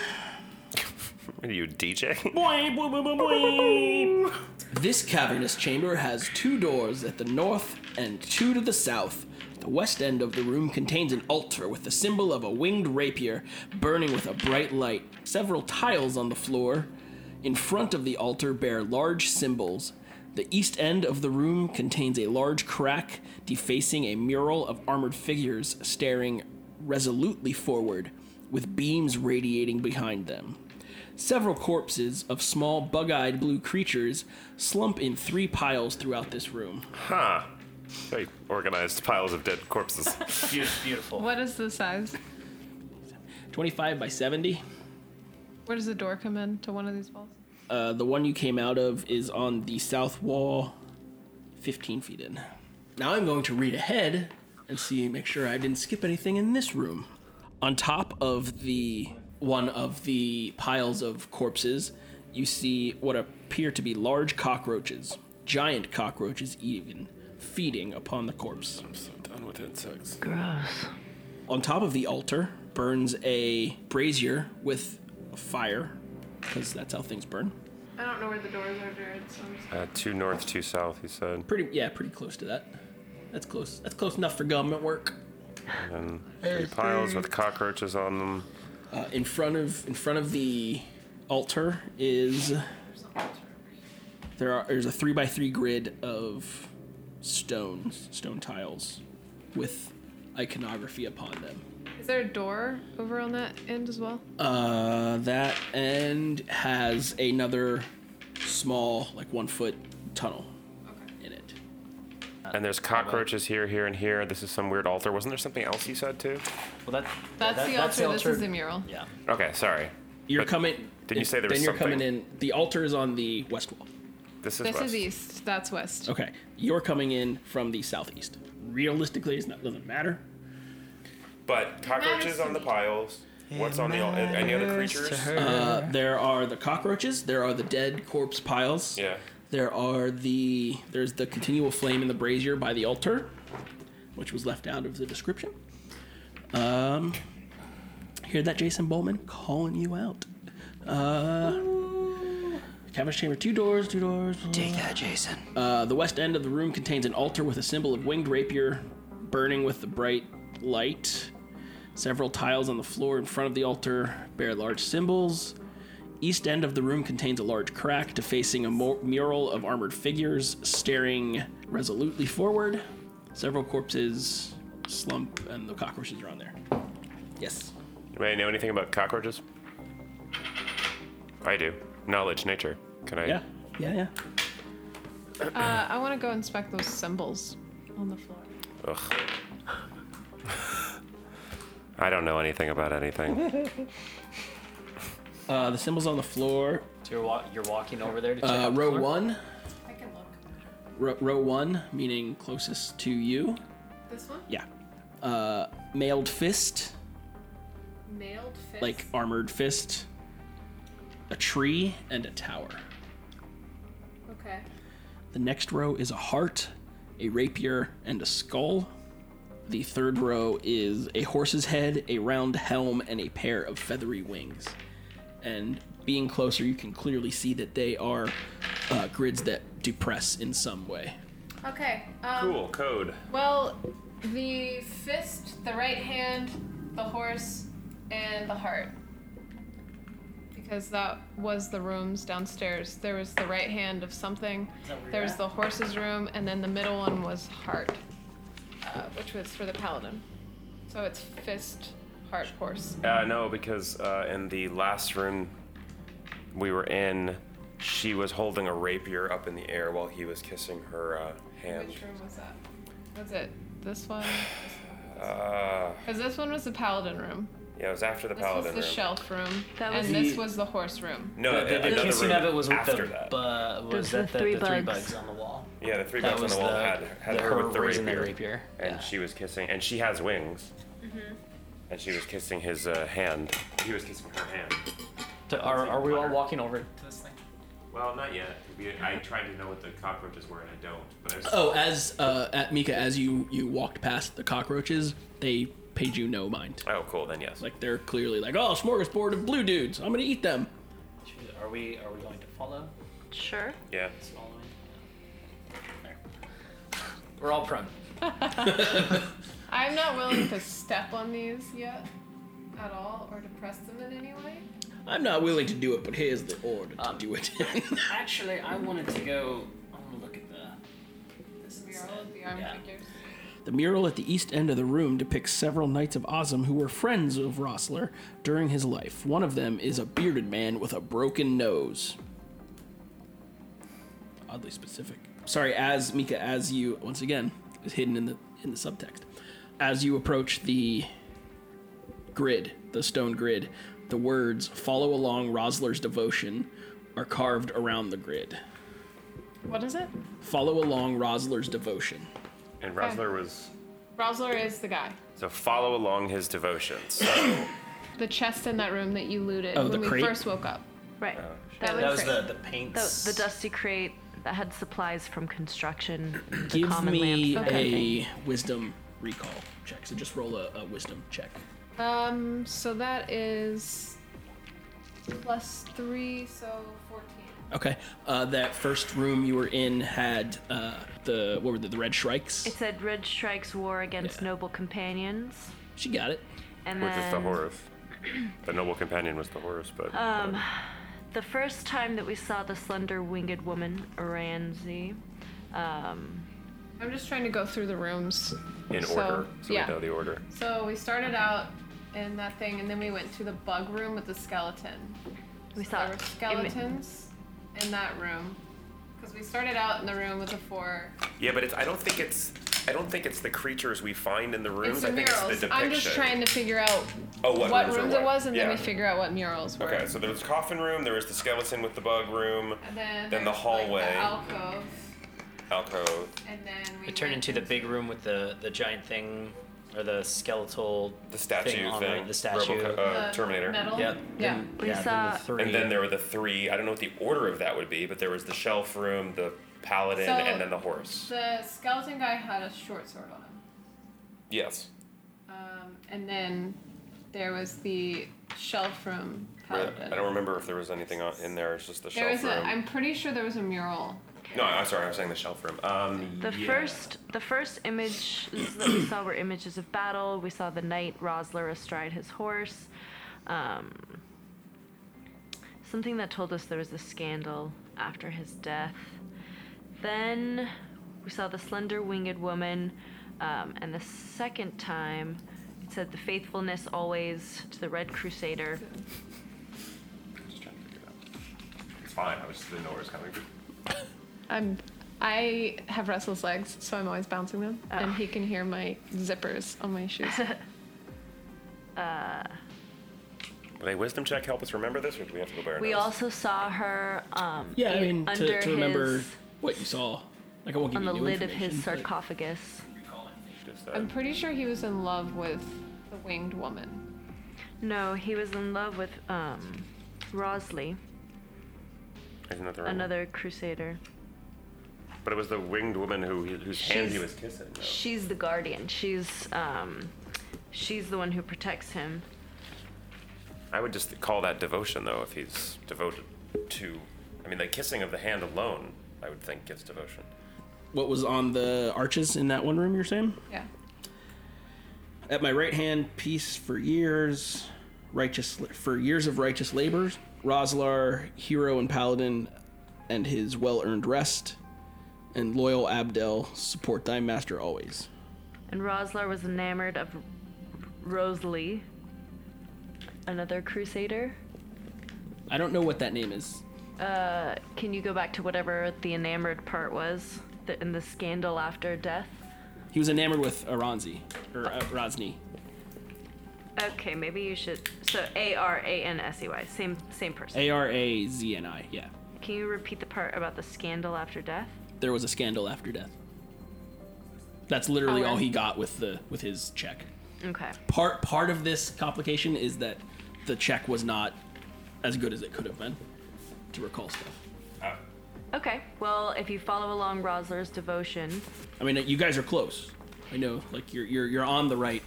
S2: What are you, DJ?
S1: Boing, boing, boing, boing, boing. This cavernous chamber has two doors at the north and two to the south. The west end of the room contains an altar with the symbol of a winged rapier burning with a bright light. Several tiles on the floor in front of the altar bear large symbols. The east end of the room contains a large crack defacing a mural of armored figures staring resolutely forward, with beams radiating behind them. Several corpses of small, bug eyed blue creatures slump in three piles throughout this room.
S2: Huh. Very organized piles of dead corpses.
S1: Beautiful.
S3: What is the size?
S1: 25 by 70.
S3: Where does the door come in to one of these walls?
S1: Uh, the one you came out of is on the south wall, 15 feet in. Now I'm going to read ahead and see, make sure I didn't skip anything in this room. On top of the one of the piles of corpses, you see what appear to be large cockroaches, giant cockroaches even, feeding upon the corpse. I'm so done with insects.
S8: Gross.
S1: On top of the altar burns a brazier with fire, because that's how things burn.
S3: I don't know where the doors are, Jared. So I'm just...
S2: Uh, two north, two south, he said.
S1: Pretty, yeah, pretty close to that. That's close. That's close enough for government work.
S2: And three piles with cockroaches on them.
S1: Uh, in front of in front of the altar is there are there's a three by three grid of stones, stone tiles, with iconography upon them.
S3: Is there a door over on that end as well?
S1: Uh, that end has another small, like one foot tunnel in it.
S2: And there's cockroaches here, here, and here. This is some weird altar. Wasn't there something else you said too?
S4: Well, that,
S3: That's the
S4: that- that's
S3: altar.
S4: the
S3: This
S4: altar.
S3: is the mural.
S4: Yeah.
S2: Okay, sorry.
S1: You're coming.
S2: Did you say there
S1: then
S2: was
S1: you're
S2: something?
S1: coming in. The altar is on the west wall.
S2: This
S3: This is east. That's west.
S1: Okay, you're coming in from the southeast. Realistically, it doesn't matter.
S2: But cockroaches on the piles. What's on the al- any other creatures?
S1: Uh, there are the cockroaches. There are the dead corpse piles.
S2: Yeah.
S1: There are the there's the continual flame in the brazier by the altar, which was left out of the description. Um, hear that, Jason Bowman calling you out. Uh, Cabbage chamber, two doors, two doors. Take that, Jason. Uh, the west end of the room contains an altar with a symbol of winged rapier burning with the bright light. Several tiles on the floor in front of the altar bear large symbols. East end of the room contains a large crack defacing a mu- mural of armored figures staring resolutely forward. Several corpses slump, and the cockroaches are on there. Yes.
S2: Anybody know anything about cockroaches? I do. Knowledge, nature. Can I?
S1: Yeah. Yeah, yeah.
S3: Uh, I want to go inspect those symbols on the floor.
S2: Ugh. I don't know anything about anything.
S1: Uh, the symbols on the floor.
S4: So you're, wa- you're walking over there to check
S1: Uh,
S4: out the
S1: row
S4: floor?
S1: one. Row, row one, meaning closest to you.
S3: This one?
S1: Yeah. Uh, mailed fist,
S3: Nailed fist.
S1: like armored fist. A tree and a tower.
S3: Okay.
S1: The next row is a heart, a rapier, and a skull. The third row is a horse's head, a round helm, and a pair of feathery wings. And being closer, you can clearly see that they are uh, grids that depress in some way.
S3: Okay. Um,
S2: cool code.
S3: Well, the fist, the right hand, the horse, and the heart. Because that was the rooms downstairs. There was the right hand of something, there was the horse's room, and then the middle one was heart, uh, which was for the paladin. So it's fist, heart, horse.
S2: Uh, no, because uh, in the last room we were in, she was holding a rapier up in the air while he was kissing her uh, hand.
S3: Which room was that? Was it this one?
S2: Uh,
S3: Because this one was the paladin room.
S2: yeah, it was after the
S3: This was
S2: paladin
S3: the
S2: room.
S3: shelf room.
S5: That was
S3: and this
S5: the-
S3: was the horse room.
S2: No, uh,
S4: The- the, the
S2: another
S4: kissing
S2: room
S4: of it was with
S2: after
S4: the,
S2: that.
S4: bu- was
S5: Those were
S4: that the,
S5: three
S4: the three
S5: bugs.
S4: bugs on the wall.
S2: Yeah, the three
S4: That
S2: bugs on
S4: was
S2: the wall
S4: the-
S2: had, had
S4: the-
S2: her,
S4: her
S2: with the rapier,
S4: raising the rapier,
S2: and
S4: yeah.
S2: she was kissing, and she has wings,
S3: Mm-hmm.
S2: and she was kissing his uh, hand. He was kissing her hand.
S4: So are, are we all walking over to this thing?
S2: Well, not yet. We, I tried to know what the cockroaches were, and I don't. But I was,
S1: Oh, as uh, at Mika, as you you walked past the cockroaches, they paid you no mind.
S2: Oh, cool. Then yes.
S1: Like they're clearly like, oh, smorgasbord of blue dudes. I'm gonna eat them.
S4: Are we are we going to follow?
S5: Sure.
S2: Yeah.
S4: We're all prone.
S3: I'm not willing to step on these yet at all or to press them in any way.
S1: I'm not willing to do it, but here's the order to do it.
S4: Actually, I wanted to go. I want to look at the. This
S3: mural of the arm
S4: yeah.
S3: figures.
S1: The mural at the east end of the room depicts several knights of Ozum who were friends of Rossler during his life. One of them is a bearded man with a broken nose. Oddly specific. Sorry, as Mika, as you once again is hidden in the in the subtext. As you approach the grid, the stone grid, the words "Follow along Rossler's devotion" are carved around the grid.
S3: What is it?
S1: Follow along Rossler's devotion.
S2: And Rosler was
S3: Rosler is the guy.
S2: so follow along his devotions.
S3: The chest in that room that you looted
S2: Oh, the
S3: when we
S2: crate?
S3: first woke up.
S5: Right.
S2: Oh,
S3: That was
S4: the paints.
S5: The, dusty crate that had supplies from construction. the
S1: Give
S5: common
S1: me
S5: lamp.
S1: a wisdom recall check. So just roll a, a wisdom check.
S3: Um, so that is plus three, so fourteen.
S1: Okay. Uh, that first room you were in had uh, the what were the, the red shrikes?
S5: It said Red Strikes War Against Noble Companions.
S1: She got it.
S5: And
S2: Which is
S5: then
S3: Um,
S2: the Horus. The noble companion was the Horus, but uh,
S5: Um, the first time that we saw the slender winged woman, Aranzi, um,
S3: I'm just trying to go through the rooms.
S2: in
S3: So,
S2: order, so
S3: yeah.
S2: we know the order.
S3: So we started out in that thing, and then we went to the bug room with the skeleton.
S5: We
S3: So
S5: saw
S3: there were
S5: Im-
S3: skeletons in that room because we started out in the room with the four.
S2: Yeah, but it's, I don't think it's I don't think it's the creatures we find in the rooms.
S3: it's the
S2: I think
S3: murals.
S2: it's the depiction.
S3: I'm just trying to figure out
S2: Oh, what rooms are
S3: rooms
S2: what?
S3: it was, and then we
S2: Yeah.
S3: figure out what murals were.
S2: Okay, so there was coffin room. There was the skeleton with the bug room.
S3: And then,
S2: the hallway
S3: the alcove,
S2: alcove.
S3: and then we
S4: It turned into the big room with the the giant thing, or the skeletal.
S2: The statue
S4: thing. on
S2: thing,
S4: The, the statue.
S2: Roboco- uh, The Terminator. metal? Yeah.
S4: Yep. then-
S2: We
S4: yeah, then the three.
S2: And then there were the three. I don't know what the order of that would be, but there was the shelf room, the paladin,
S3: So-
S2: and then the horse.
S3: the skeleton guy had a short sword on him.
S2: Yes.
S3: Um, and then there was the shelf room.
S2: Where- I don't remember if there was anything on, in there. It's just the
S3: Oh, There
S2: shelf
S3: was a.
S2: room.
S3: I'm pretty sure there was a mural.
S2: No, I'm sorry. I was saying the shelf room. Um,
S5: The
S2: yeah.
S5: first, the first images that we saw were images of battle. We saw the knight Rosler astride his horse. Um, something that told us there was a scandal after his death. Then we saw the slender winged woman, um, and the second time it said the faithfulness always to the Red Crusader.
S2: Just trying to figure it out. It's fine. I was just didn't know where it was coming from.
S3: I'm. I have restless legs, so I'm always bouncing them, and he can hear my zippers on my shoes.
S5: Uh,
S2: Would a wisdom check help us remember this, or do we have to go by our
S5: we
S2: notes?
S5: also saw her. Um,
S1: Yeah, I
S5: in-
S1: mean
S5: under
S1: to, to remember
S5: his-
S1: what you saw. Like I won't give
S5: on
S1: you
S5: the
S1: new
S5: lid of his
S1: information, but-
S5: sarcophagus.
S2: Just,
S3: I'm pretty sure he was in love with the winged woman.
S5: No, he was in love with um, Rosley,
S2: Isn't that the right
S5: another crusader.
S2: one? But it was the winged woman who whose hands he was kissing. though.
S5: She's the guardian. She's um, she's the one who protects him.
S2: I would just call that devotion, though, if he's devoted to. I mean, the kissing of the hand alone, I would think, gives devotion.
S1: What was on the arches in that one room? You're saying?
S3: Yeah.
S1: At my right hand, peace for years, righteous for years of righteous labors. Roslar, hero and paladin, and his well-earned rest, and loyal Abdel, support thy master always.
S5: And Roslar was enamored of Rosalie, another crusader.
S1: I don't know what that name is.
S5: Uh, can you go back to whatever the enamored part was the, in the scandal after death?
S1: He was enamored with Aranzi or uh, Rosny.
S5: Okay, maybe you should. So A R A N S E Y, same same person.
S1: A R A Z N I. Yeah,
S5: Can you repeat the part about the scandal after death?
S1: there was a scandal after death. That's literally
S5: Oh,
S1: all he
S5: and-
S1: got with the with his check.
S5: Okay.
S1: Part part of this complication is that the check was not as good as it could have been to recall stuff.
S5: Okay. Well, if you follow along Rosler's devotion,
S1: I mean, you guys are close. I know, like you're you're you're on the right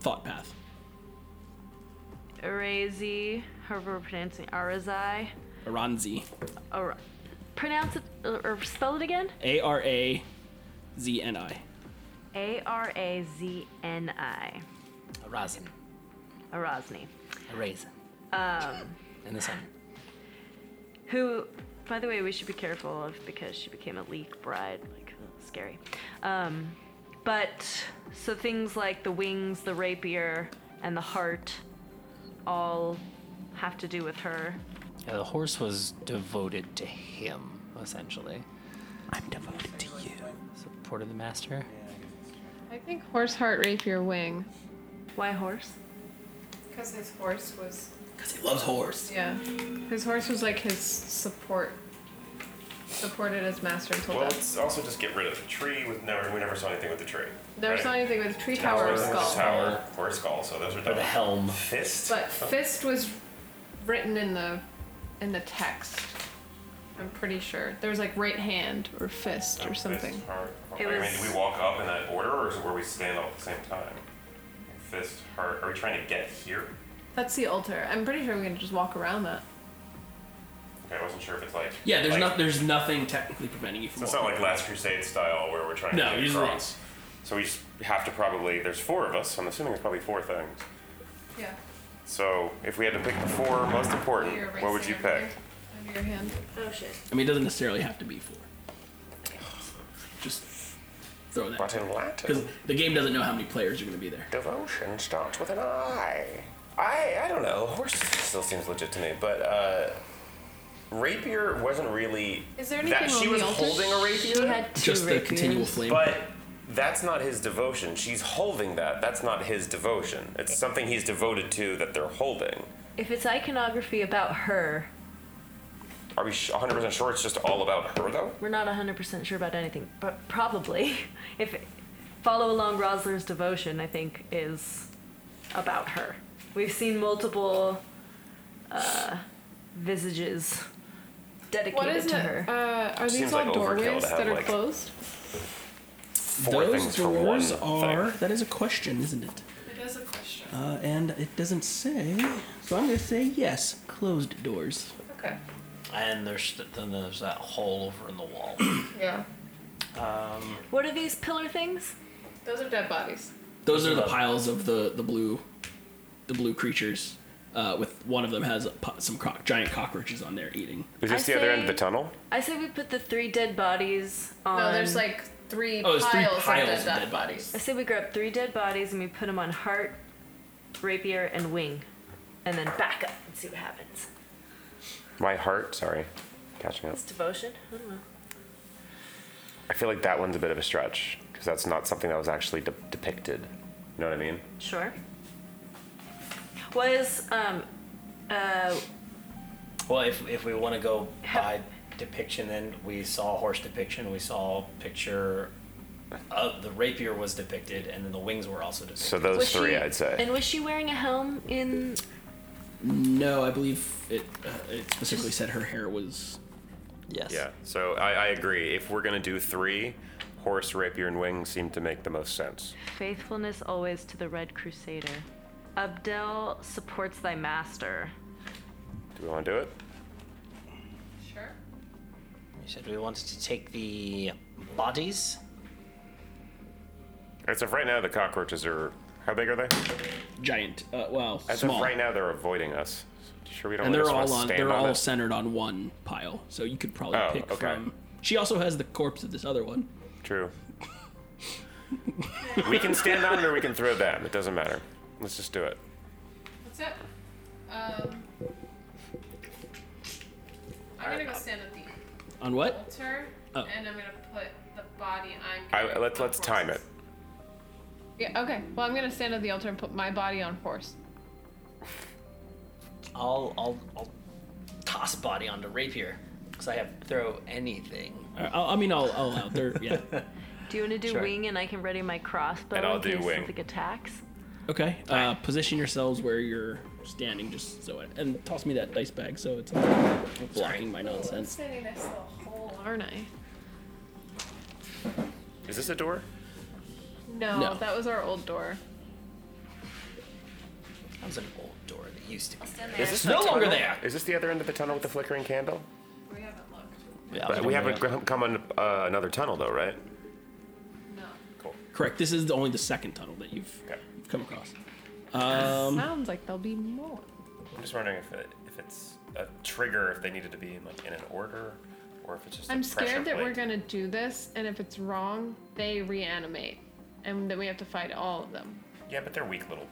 S1: thought path.
S5: Arazi, however we're pronouncing Arazai.
S1: Aranzi.
S5: Ar- pronounce it or, or spell it again.
S1: A R A Z N I.
S5: A R A Z N I.
S4: Arazin.
S5: Arazni.
S4: Arazin.
S5: Um,
S4: And the sun.
S5: who, by the way, we should be careful of because she became a leak bride. Like, scary. Um, but, so things like the wings, the rapier, and the heart all have to do with her.
S4: Yeah, the horse was devoted to him, essentially. I'm devoted to you. Support of the master.
S6: I think horse heart rapier wing.
S5: Why horse?
S3: Because his horse was.
S1: Because he loves horse.
S3: Yeah. His horse was like his support. Supported his master until
S2: Well,
S3: death.
S2: let's also just get rid of the tree. With never, we never saw anything with the tree.
S3: There was
S2: right?
S3: not anything with tree
S2: Now
S3: tower or
S2: it's
S3: skull.
S2: Tower or skull. So those are done.
S4: the helm.
S2: Fist.
S3: But fist was written in the in the text. I'm pretty sure. There was like right hand or fist or something.
S2: Heart.
S3: It
S2: I mean,
S3: was-
S2: do we walk up in that order, or is it where we stand all at the same time? Fist, heart. Are we trying to get here?
S3: That's the altar. I'm pretty sure we can just walk around that.
S2: Okay, I wasn't sure if it's like.
S1: Yeah, there's
S2: like,
S1: not there's nothing technically preventing you
S2: So
S1: from.
S2: it's not
S1: walking.
S2: like Last Crusade style where we're trying
S1: No,
S2: to get
S1: usually
S2: across. So we just have to probably. There's four of us. So I'm assuming there's probably four things.
S3: Yeah.
S2: So if we had to pick the four most important,
S3: You're
S2: what would you
S3: erasing
S2: pick?
S3: Under your hand. Oh shit.
S1: I mean, it doesn't necessarily have to be four. Just throw that.
S2: But in Latin.
S1: Because the game doesn't know how many players are going to be there.
S2: Devotion starts with an I. I I don't know. Horse still seems legit to me, but uh, rapier wasn't really.
S3: Is there
S2: that
S3: anything
S2: she
S3: on
S2: was
S3: the altar?
S2: holding a rapier?
S5: She had two
S1: Just the
S5: rapiers.
S1: continual flame.
S2: But that's not his devotion. She's holding that. That's not his devotion. It's something he's devoted to that they're holding.
S5: If it's iconography about her,
S2: Are we sh- 100% sure it's just all about her, though?
S5: We're not 100% sure about anything, but probably. If follow along Rosler's devotion, I think, is about her. We've seen multiple uh, visages dedicated
S3: What is
S5: to
S3: it?
S5: her.
S3: Uh, are these
S2: Seems
S3: all
S2: like overkill to
S3: doorways
S2: have,
S3: that are
S2: like-
S3: closed?
S2: Four
S1: Those
S2: things for one
S1: doors
S2: thing.
S1: are. That is a question, isn't it?
S3: It is a question.
S1: Uh, and it doesn't say. So I'm going to say yes. Closed doors.
S3: Okay.
S4: And there's th- then there's that hole over in the wall.
S3: Yeah.
S4: um,
S5: What are these pillar things?
S3: Those are dead bodies.
S1: Those are the piles of the the blue, the blue creatures. Uh, with one of them has a, po- some cock, giant cockroaches on there eating.
S2: Is
S5: this I the other end of the say-
S2: tunnel?
S5: I say we put the three dead bodies on.
S3: No, there's like three
S1: Oh,
S3: piles,
S1: there's three
S3: of
S1: piles
S3: dead,
S1: of
S3: dead
S1: dead
S3: bodies.
S5: I say we grab three dead bodies and we put them on heart, rapier, and wing, and then back up and see what happens.
S2: My heart, sorry. Catching up.
S5: It's devotion. I don't know.
S2: I feel like that one's a bit of a stretch because that's not something that was actually de- depicted. You know what I mean?
S5: Sure. Was um uh
S4: well, if, if we want to go by depiction, then we saw horse depiction. We saw picture of the rapier was depicted, and then the wings were also depicted.
S2: So those
S5: was
S2: three,
S5: she-
S2: I'd say.
S5: And was she wearing a helm in
S1: No, I believe it. Uh, it specifically said her hair was.
S4: yes.
S2: yeah. So I, I agree. If we're gonna do three, horse, rapier, and wing seem to make the most sense.
S5: faithfulness always to the Red Crusader? Abdel supports thy master.
S2: Do we want to do it?
S3: Sure.
S4: You said we wanted to take the bodies.
S2: As of right now, the cockroaches are. How big are they?
S1: giant. Uh, well,
S2: As
S1: small.
S2: of right now, they're avoiding us. Sure, we don't.
S1: and
S2: really
S1: they're
S2: just wanna
S1: all on.
S2: Stand
S1: They're
S2: on
S1: all
S2: it?
S1: centered on one pile, so you could probably
S2: Oh,
S1: pick
S2: okay.
S1: from. She also has the corpse of this other one.
S2: True. we can stand on it or we can throw them. It doesn't matter. Let's just do it.
S3: That's it. Um, I'm gonna go stand at the
S1: On what?
S3: altar,
S1: Oh.
S3: and I'm gonna put the body I'm.
S2: I, let's let's time it.
S3: Yeah. Okay. Well, I'm gonna stand at the altar and put my body on horse.
S4: I'll I'll, I'll toss body onto rapier because I have throw anything.
S1: I, Uh, I mean, I'll, I'll out there. Yeah.
S5: Do you want to do
S2: Sure.
S5: wing and I can ready my crossbow
S2: And I'll
S5: in
S2: do
S5: case
S2: wing.
S5: something attacks?
S1: Okay. Uh, position yourselves where you're standing, just so it, and toss me that dice bag, so it's not blocking my nonsense.
S3: Standing next to the hole, aren't I?
S2: Is this a door?
S3: No,
S1: No.
S3: that was our old door.
S4: was an old door that used to be.
S5: stand
S4: there. It's no longer there.
S2: Is this the other end of the tunnel with the flickering candle?
S3: We haven't looked.
S2: Yeah, but we haven't
S1: gr-
S2: come on uh, another tunnel though, right?
S1: Correct. This is the, only the second tunnel that you've, you've come across. Um,
S6: Sounds like there'll be more.
S2: I'm just wondering if it, if it's a trigger, if they needed to be in, like in an order, or if it's just.
S3: I'm
S2: a pressure
S3: scared that we're
S2: plate.
S3: gonna do this, and if it's wrong, they reanimate, and then we have to fight all of them.
S2: Yeah, but they're weak little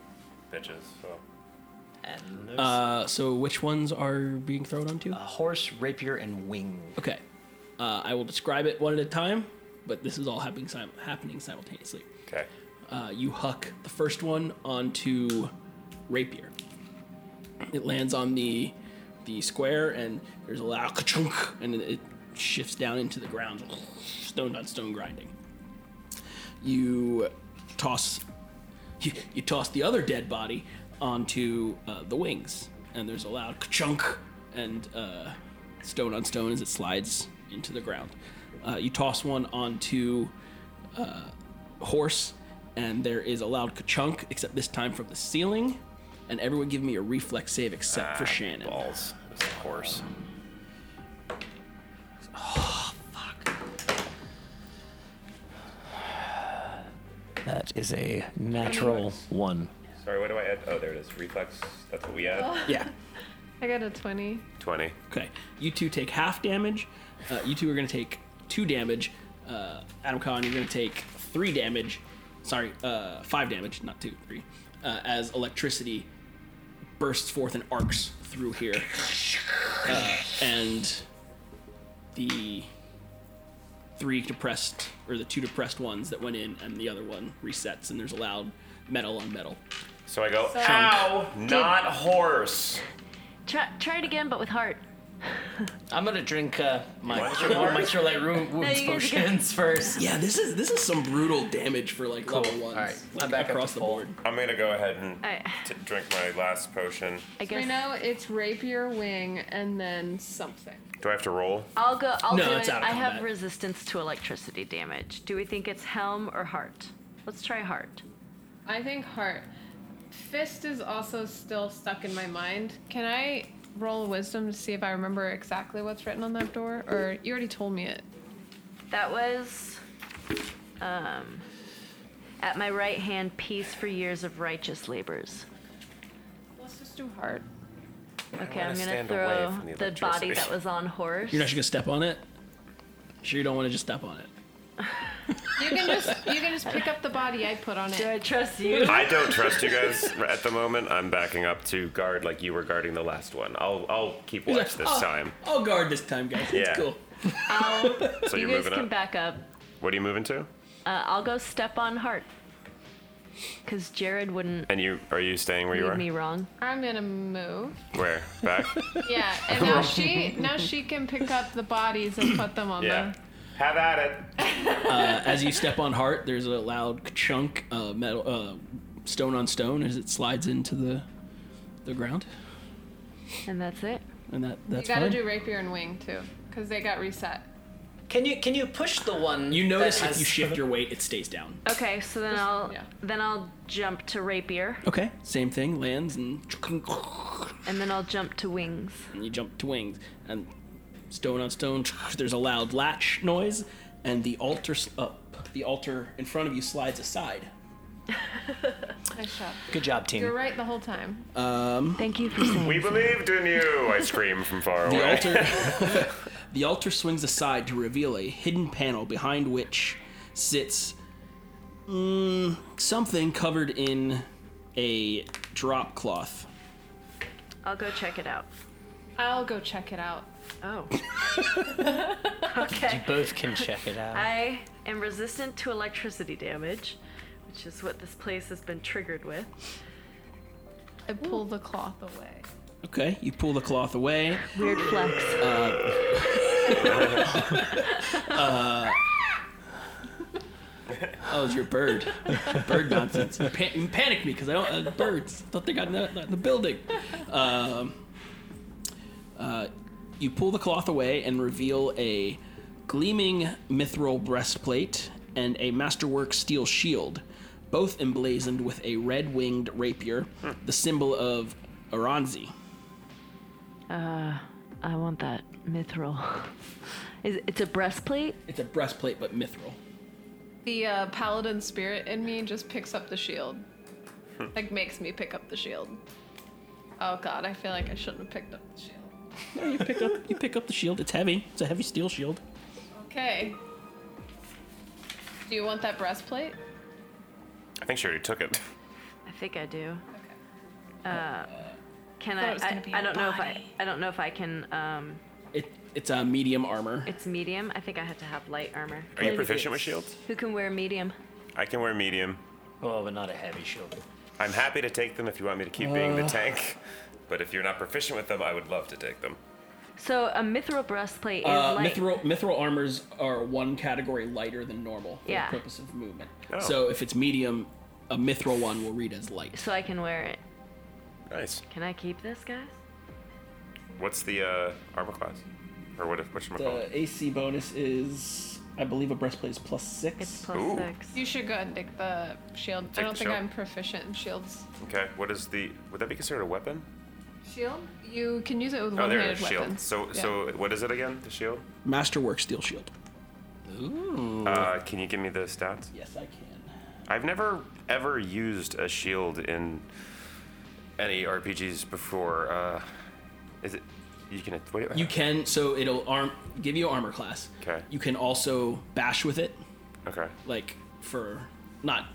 S2: bitches. So.
S1: uh, so which ones are being thrown onto?
S4: horse, rapier, and wing.
S1: Okay. Uh, I will describe it one at a time, but this is all happening, sim- happening simultaneously.
S2: Okay.
S1: Uh, you huck the first one onto rapier. It lands on the the square, and there's a loud ka-chunk, and then it shifts down into the ground, stone on stone grinding. You toss you, you toss the other dead body onto uh, the wings, and there's a loud chunk and uh, stone on stone as it slides into the ground. Uh, you toss one onto uh, horse, and there is a loud chunk, except this time from the ceiling. And everyone give me a reflex save except for Shannon. Balls.
S2: It's a horse.
S10: That is a natural one.
S2: Sorry, what do I add? Oh, there it is. Reflex. That's what we
S3: Oh.
S2: add.
S1: Yeah.
S3: I got a 20.
S2: Twenty.
S1: Okay. You two take half damage. Uh, you two are going to take two damage. Uh, Adam Khan, you're going to take three damage. Sorry, uh, five damage, not two, three. Uh, as electricity bursts forth and arcs through here. Uh, and the three depressed, or the two depressed ones that went in, and the other one resets, and there's a loud metal on metal.
S2: So I go.
S5: So-
S2: Ow!
S5: Did-
S2: Not horse.
S5: Try, try it again, but with heart.
S4: I'm gonna drink uh, my
S1: What?
S4: cure, one of my cure light room,
S5: No,
S4: wounds
S5: you guys get-
S4: potions first.
S1: Yeah, this is this is some brutal damage for like
S4: Cool.
S1: level ones.
S4: All right,
S1: like,
S4: I'm back up
S1: across
S4: to
S1: the
S4: full.
S1: board.
S2: I'm gonna go ahead and
S3: Alright.
S2: t- drink my last potion.
S5: I
S3: So we
S5: guess.
S3: know it's rapier wing and then something.
S2: Do I have to roll?
S5: I'll go. I'll
S2: No,
S5: do
S2: it's
S5: it.
S2: out of
S5: I have
S2: combat.
S5: resistance to electricity damage. Do we think it's helm or heart? Let's try heart.
S3: I think heart. Fist is also still stuck in my mind. Can I roll wisdom to see if I remember exactly what's written on that door? Or you already told me it.
S5: That was um, at my right hand, peace for years of righteous labors.
S3: Let's just do heart.
S5: Okay,
S3: wanna
S5: I'm gonna
S3: stand away
S5: throw
S3: from the
S5: the, body
S1: electricity.
S5: that was on horse.
S1: You're not just gonna step on it. Sure, you don't want to just step on it.
S3: You can just you can just pick up the body I put on it. Do
S5: I trust
S2: I don't trust you guys at the moment. I'm backing up to guard like you were guarding the last one. I'll I'll keep
S1: He's
S2: watch
S1: like,
S2: this
S1: "Oh,
S2: time.
S1: I'll guard this time, guys.
S2: Yeah.
S1: It's cool.
S2: So
S5: you
S2: you're
S5: guys
S2: moving
S5: can
S2: up.
S5: back up.
S2: What are you moving to?
S5: Uh, I'll go step on heart. Cause Jared wouldn't
S2: And you are you staying where you
S5: lead
S2: are?
S5: me wrong.
S3: I'm gonna move.
S2: Where? Back?
S3: Yeah, and now she now she can pick up the bodies and put them on
S1: Yeah.
S2: Have at it.
S1: Uh, as you step on heart, there's a loud chunk uh, metal uh, stone on stone as it slides into the the ground,
S5: And that's it.
S1: and that
S3: the.
S1: that's
S3: you gotta
S1: fine.
S3: do rapier and wing too, because they got reset.
S4: Can you can you push the one?
S1: you notice if you
S4: shift
S1: your weight, it stays down.
S5: Okay, so then I'll then I'll jump to rapier,
S1: Okay, same thing lands and
S5: and then I'll jump to wings.
S1: and you jump to wings and stone on stone there's a loud latch noise and the altar s- uh, the altar in front of you slides aside
S3: Nice job.
S1: good job
S3: You're right the whole time.
S1: um,
S5: thank you for saying
S2: We believed in you. I scream from far
S1: The
S2: away.
S1: altar, the altar swings aside to reveal a hidden panel behind which sits mm, something covered in a drop cloth.
S5: I'll go check it out.
S3: I'll go check it out.
S5: Oh. okay.
S4: Both can check it out.
S5: I am resistant to electricity damage, which is what this place has been triggered with.
S3: I pull the cloth away.
S1: Okay, you pull the cloth away.
S5: Weird flex.
S1: Uh, uh, oh, it's your bird. Bird nonsense. You Pan- you panicked me because I don't. Uh, birds. Thought they got in the, in the building. Um, uh, you pull the cloth away and reveal a gleaming mithril breastplate and a masterwork steel shield. both emblazoned with a red winged rapier, the symbol of Aranzi.
S5: Uh, I want that mithril. Is it's a breastplate?
S1: It's a breastplate, but mithril.
S3: The uh, paladin spirit in me just picks up the shield.
S2: Hmm.
S3: like, makes me pick up the shield. Oh god, I feel like I shouldn't have picked up the shield.
S1: No, you pick up you pick up the shield. It's heavy. It's a heavy steel shield.
S3: Okay. Do you want that breastplate?
S2: I think she already took it.
S5: I think I do. Uh, can
S3: Thought it was
S5: I?
S3: gonna be
S5: I, I
S3: a
S5: don't know if I. I don't know if I can. Um,
S1: It it's a medium armor.
S5: it's medium. I think I have to have light armor.
S2: Are you proficient with shields?
S5: Who can wear medium?
S2: I can wear medium.
S4: Oh, but not a heavy shield.
S2: I'm happy to take them if you want me to keep being the
S5: Uh.
S2: tank. But if you're not proficient with them, I would love to take them.
S5: So a mithril breastplate is
S1: Uh,
S5: light.
S1: mithril mithril armors are one category lighter than normal for
S5: Yeah.
S1: the purpose of movement.
S5: Oh.
S1: So if it's medium, a mithril one will read as light.
S5: So I can wear it.
S2: Nice.
S5: Can I keep this, guys?
S2: What's the uh, armor class? Or what? What should I call
S1: The AC bonus is, I believe, a breastplate is plus six. It's
S2: plus Ooh. six.
S3: You should go ahead and take the shield.
S2: Take
S3: I don't
S2: the
S3: think
S2: shield.
S3: I'm proficient in shields.
S2: Okay. What is the? Would that be considered a weapon?
S3: Shield? You can use it with
S2: oh,
S3: one
S2: there it
S3: handed
S2: is. Shield.
S3: weapons.
S2: So,
S3: Yeah.
S2: so what is it again? The shield.
S1: Masterwork steel shield.
S2: Ooh. Uh, can you give me the stats?
S1: Yes, I can.
S2: I've never ever used a shield in any RPGs before. Uh, is it? You can. What do
S1: You can so it'll arm give you armor class.
S2: Okay.
S1: You can also bash with it,
S2: Okay.
S1: like for not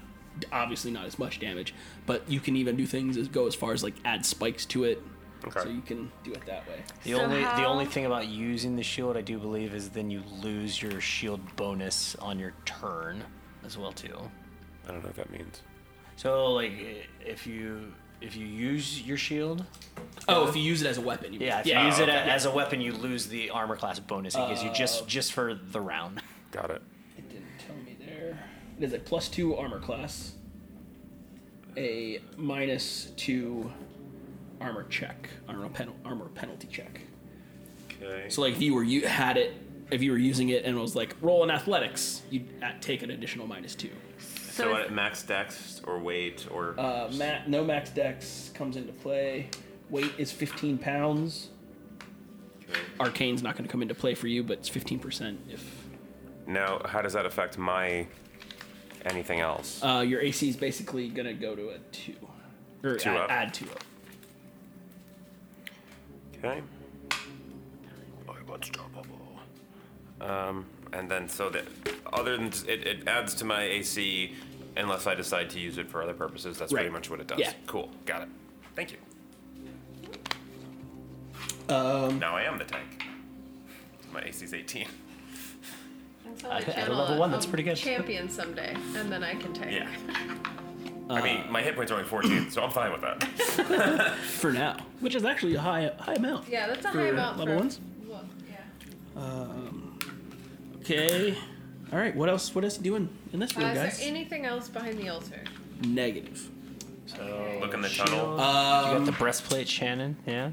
S1: obviously not as much damage, but you can even do things as go as far as like add spikes to it.
S2: Okay.
S1: So you can do it that way.
S4: The only the only thing about using the shield, I do believe, is then you lose your shield bonus on your turn as well too.
S2: I don't know what that means.
S4: So like, i- if you if you use your shield.
S1: Oh, if you use it as a weapon. You
S4: Yeah, if
S1: yeah.
S4: you use
S1: Oh,
S4: it a-
S1: okay.
S4: as a weapon, you lose the armor class bonus it gives you
S1: Oh.
S4: just just for the round.
S2: Got it.
S1: It didn't tell me there. It is a plus two armor class, a minus two armor check, armor, penal, armor penalty check.
S2: Okay.
S1: So like if you were you had it, if you were using it and it was like roll in athletics, you'd at, take an additional minus two.
S2: So, what, max dex or weight or
S1: Uh, ma- no max dex comes into play. Weight is 15 pounds. Arcane's not going to come into play for you, but it's 15% if
S2: Now, how does that affect my anything else?
S1: uh, your AC is basically going to go to a two or
S2: Two
S1: add,
S2: up.
S1: add two up.
S2: Okay. Oh, Um, and then so that other than it, it adds to my AC unless I decide to use it for other purposes. That's pretty
S1: Right.
S2: much what it does.
S1: Yeah.
S2: Cool. Got it. Thank you.
S1: Um,
S2: now I am the tank. My AC's 18.
S3: Until
S2: I-
S3: I
S2: at a
S3: channel
S2: level
S3: a-
S2: one, that's
S3: a
S2: pretty good.
S3: Champion someday, and then I can take.
S2: Yeah.
S1: Uh.
S2: I mean, my hit points are only 14, so I'm fine with that.
S1: For now, which is actually a high high amount.
S3: Yeah, that's a
S1: for
S3: high amount
S1: level
S3: for
S1: ones.
S3: Well, yeah. Uh,
S1: Um, okay. All right. What else? What else you doing in this room,
S3: Uh,
S1: guys?
S3: is there anything else behind the altar?
S1: Negative. Oh,
S2: Oh.
S4: So
S2: Look in the tunnel.
S4: you
S1: Um,
S4: got the breastplate, Shannon. Yeah.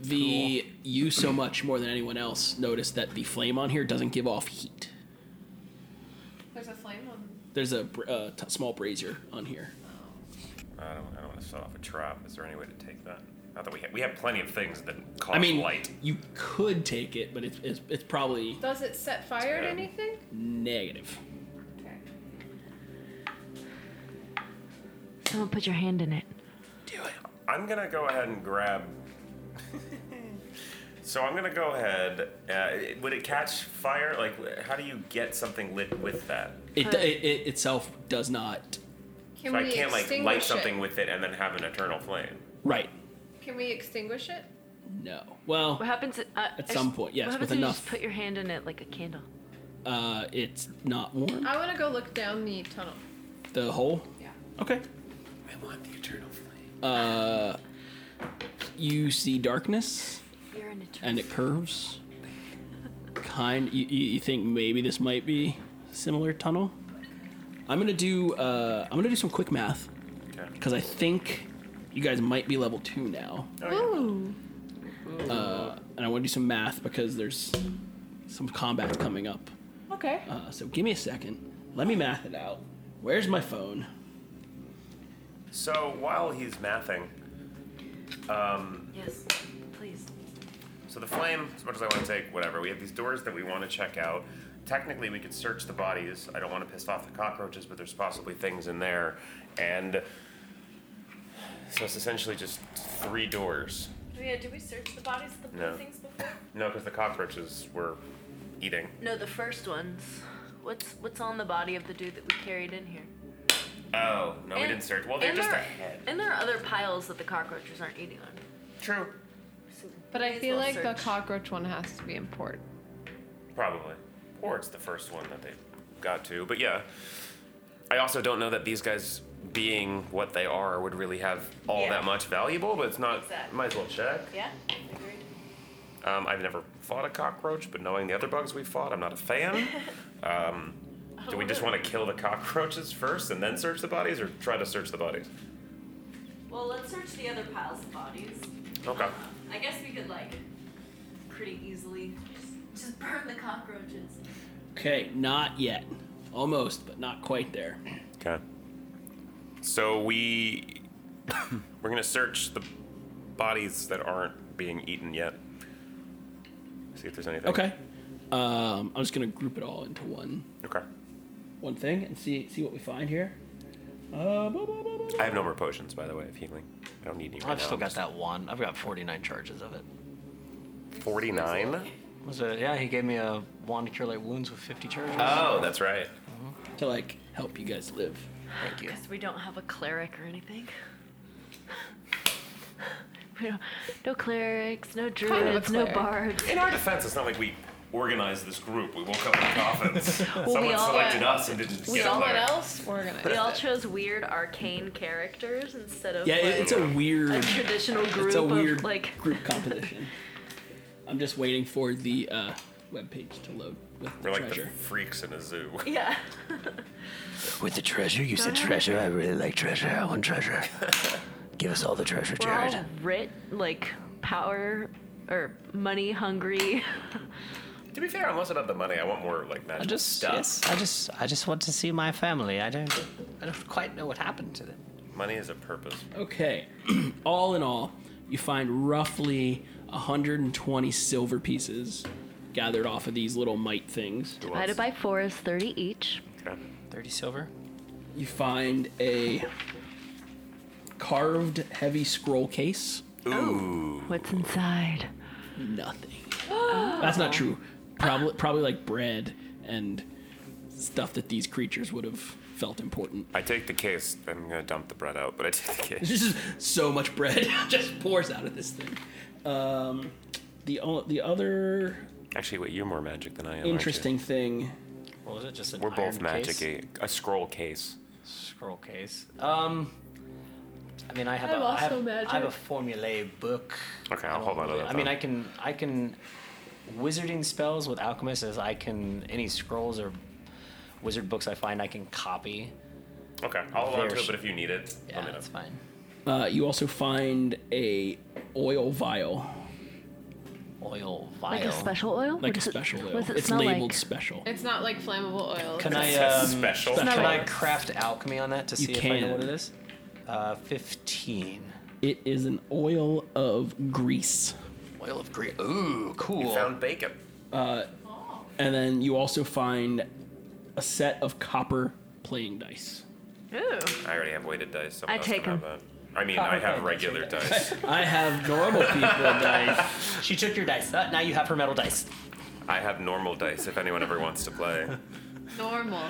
S1: The you so much more than anyone else noticed that the flame on here doesn't give off heat.
S3: There's a flame on.
S1: There's a br- uh, t- small brazier on here.
S2: I don't, I don't want to set off a trap. Is there any way to take that? Not that we have, we have plenty of things that cause
S1: I mean,
S2: light.
S1: you could take it, but it's it's, it's probably
S3: Does it set fire to
S1: Yeah.
S3: anything?
S1: negative.
S5: Someone put your hand in it.
S2: I'm gonna go ahead and grab. so I'm gonna go ahead. Uh, would it catch fire? Like, how do you get something lit with that?
S1: It, d- it, it itself does not.
S3: Can
S2: so I
S3: we
S2: can't like light
S3: extinguish
S2: something
S3: it?
S2: with it and then have an eternal flame.
S1: Right.
S3: Can we extinguish it?
S1: No. Well,
S5: What happens? Uh,
S1: At some point, yes,
S5: What happens
S1: with
S5: if you
S1: enough.
S5: just put your hand in it like a candle?
S1: uh, it's not warm.
S3: I want to go look down the tunnel.
S1: The hole.
S3: Yeah.
S1: Okay.
S2: I want the eternal flame.
S1: Uh, you see darkness,
S5: You're an
S1: and it curves. Kind. You, you you think maybe this might be similar tunnel? I'm gonna do. Uh, I'm gonna do some quick math because I think you guys might be level two now.
S3: Ooh.
S1: Uh, and I want to do some math because there's some combat coming up.
S3: Okay.
S1: Uh, so give me a second. Let me math it out. Where's my phone?
S2: So while he's mathing, um,
S5: Yes, please.
S2: so the flame, as much as I want to take, whatever. We have these doors that we want to check out. Technically, we could search the bodies. I don't want to piss off the cockroaches, but there's possibly things in there. And so it's essentially just three doors.
S5: Yeah, did we search the bodies of
S2: No.
S5: before?
S2: No, because the cockroaches were eating.
S5: No, the first ones. What's what's on the body of the dude that we carried in here?
S2: Oh, no, we
S5: And-
S2: didn't search. Well, they're
S5: and
S2: just
S5: there-
S2: a head.
S5: And there are other piles that the cockroaches aren't eating on.
S2: True.
S6: But I
S5: Please
S6: feel
S5: well
S6: like the
S5: search.
S6: cockroach one has to be important.
S2: Probably. Or it's the first one that they got to. But yeah. I also don't know that these guys being what they are would really have all
S5: Yeah.
S2: that much valuable, but it's not.
S5: Exactly.
S2: Might as well check.
S5: Yeah, agreed.
S2: Um, I've never fought a cockroach, but knowing the other bugs we fought, I'm not a fan. um, do we just want to kill the cockroaches first and then search the bodies, or try to search the bodies?
S5: Well, let's search the other piles of bodies.
S2: Okay.
S5: I guess we could like pretty easily just, just burn the cockroaches.
S1: Okay, not yet. Almost, but not quite there.
S2: Okay. So we we're gonna search the bodies that aren't being eaten yet. See if there's anything.
S1: Okay. Um, I'm just gonna group it all into one.
S2: Okay.
S1: One thing and see see what we find here. Uh, blah, blah, blah, blah.
S2: I have no more potions, by the way, of healing. I don't need any.
S1: I've still got
S2: that one. I've got 49 charges of it. 49?
S4: Was it? Yeah, he gave me a wand to cure light wounds with 50 charges.
S2: Oh, that's right.
S1: To like help you guys live. Thank you.
S5: Because we don't have a cleric or anything. We don't, no clerics, no
S8: of a
S5: druids, no
S8: cleric.
S5: bards.
S2: In our defense, it's not like we organized this group. We woke up in coffins.
S5: we
S2: Someone
S5: all-
S2: selected us and didn't get a cleric.
S5: else organized. We all chose weird arcane characters instead of
S1: Yeah,
S5: like,
S1: it, it's a weird
S5: a traditional group
S1: It's a weird
S5: of like
S1: group composition. I'm just waiting for the uh, web page to load with the
S2: We're like
S1: treasure.
S2: the freaks in a zoo.
S5: yeah.
S10: With the treasure, you said
S5: Don't have
S10: treasure. I really like treasure. I want treasure. Give us all the treasure,
S5: We're
S10: Jared.
S5: all writ like power or money hungry.
S2: To be fair, I'm less about the money. I want more like magic stuff.
S10: Yes, I just, I just want to see my family. I don't, I don't quite know what happened to them.
S2: Money is a purpose.
S1: Okay. all in all, you find roughly 120 silver pieces gathered off of these little mite things.
S5: Divided by four is thirty each.
S1: 30 silver. You find a carved heavy scroll case. Ooh.
S5: What's inside?
S1: Nothing. That's not true. Probably probably like bread and stuff that these creatures would have felt important.
S2: I take the case. I'm gonna dump the bread out, but I take the case.
S1: This is so much bread just pours out of this thing. Um, the o- the other
S2: Actually, wait, you're more magic than I am. aren't you?
S1: interesting thing.
S4: What was it? Just an
S2: We're both
S4: iron
S2: magic.
S4: case?
S2: A, a scroll case.
S4: Scroll case. Um, I mean, I have
S6: I'm
S4: a, I have,
S6: also
S4: I have a
S6: magic.
S4: formulae book.
S2: Okay, I'll hold on to that.
S4: I mean,
S2: then.
S4: I can, I can, wizarding spells with alchemists is I can any scrolls or wizard books I find I can copy.
S2: Okay, I'll hold on to
S4: There's-
S2: it, but if you need it,
S4: Yeah,
S2: let me know.
S4: that's fine.
S1: Uh, you also find a oil vial.
S4: Oil
S5: Like a special oil? What
S1: Like a
S5: does it-
S1: special oil.
S5: what does it
S1: it's
S5: smell
S1: labeled
S5: like?
S1: special.
S3: It's not like flammable oil.
S4: Can
S3: it's
S4: I
S3: just-
S4: um,
S2: special.
S4: Can
S1: Special.
S4: I craft alchemy on that to
S1: You
S4: see if I know
S1: can.
S4: what it is? Uh, fifteen.
S1: It is an oil of grease.
S4: Oil of green. Ooh, cool.
S2: You found bacon.
S1: Uh, and then you also find a set of copper playing dice.
S5: Ooh.
S2: I already have weighted dice. Someone
S5: I
S2: else can
S5: take
S2: have
S5: 'em.
S2: that. I mean, I have regular dice.
S1: I have normal people dice.
S4: She took your dice. Uh, now you have her metal dice.
S2: I have normal dice if anyone ever wants to play.
S3: normal.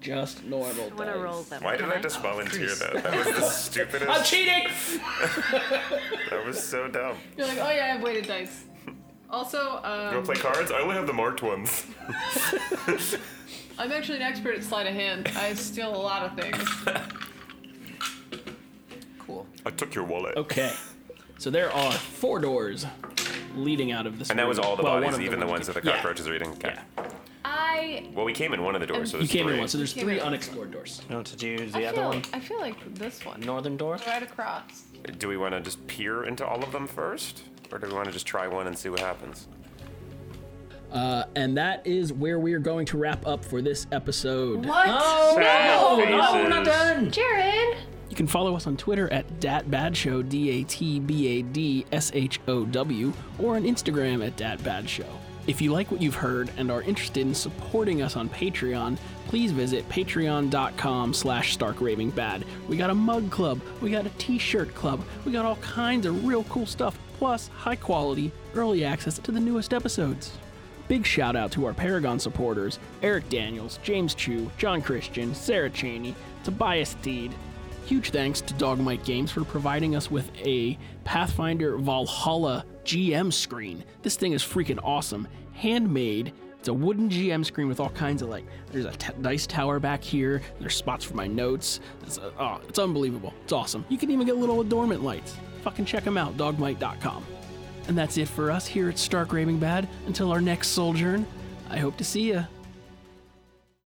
S1: Just normal
S5: I want to roll them.
S2: Why did
S5: Can
S2: I
S4: Oh,
S2: just volunteer that? That was the stupidest.
S1: I'm cheating.
S2: That was so dumb.
S3: You're like, oh yeah, I have weighted dice. Also,
S2: You wanna
S3: um,
S2: play cards? I only have the marked ones.
S3: I'm actually an expert at sleight of hand. I steal a lot of things.
S4: Cool.
S2: I took your wallet.
S1: Okay. So there are four doors leading out of this.
S2: And that was
S1: room.
S2: all the
S1: Well, one
S2: bodies,
S1: of them
S2: even the
S1: would
S2: ones
S1: be-
S2: that the
S1: Yeah.
S2: cockroaches are eating. Okay.
S3: I
S2: Well, we came in one of the doors, so
S1: You
S2: there's
S1: came in
S2: three.
S1: once, so there's
S3: Came
S1: three
S3: in.
S1: unexplored doors.
S4: You know what to do?
S3: I
S4: The other
S3: feel,
S4: one.
S3: I feel like this one.
S4: Northern door.
S3: Right across.
S2: Do we want to just peer into all of them first? Or do we want to just try one and see what happens?
S1: Uh, and that is where we are going to wrap up for this episode.
S3: What?
S1: Oh,
S2: Sad
S1: no! No, we're not
S2: faces.
S1: done!
S3: Jared!
S1: You can follow us on Twitter at DatBadShow, D A T B A D S H O W, or on Instagram at DatBadShow. If you like what you've heard and are interested in supporting us on Patreon, please visit patreon.com slash starkravingbad. We got a mug club, we got a t-shirt club, we got all kinds of real cool stuff, plus high quality, early access to the newest episodes. Big shout out to our Paragon supporters Eric Daniels, James Chu, John Christian, Sarah Cheney, Tobias Deed. Huge thanks to Dogmite Games for providing us with a Pathfinder Valhalla GM screen. This thing is freaking awesome. Handmade. It's a wooden GM screen with all kinds of like. There's a t- dice tower back here. There's spots for my notes. It's, uh, oh, it's unbelievable. It's awesome. You can even get little adornment lights. Fucking check them out. Dogmite.com. And that's it for us here at Stark Raving Bad. Until our next sojourn, I hope to see ya.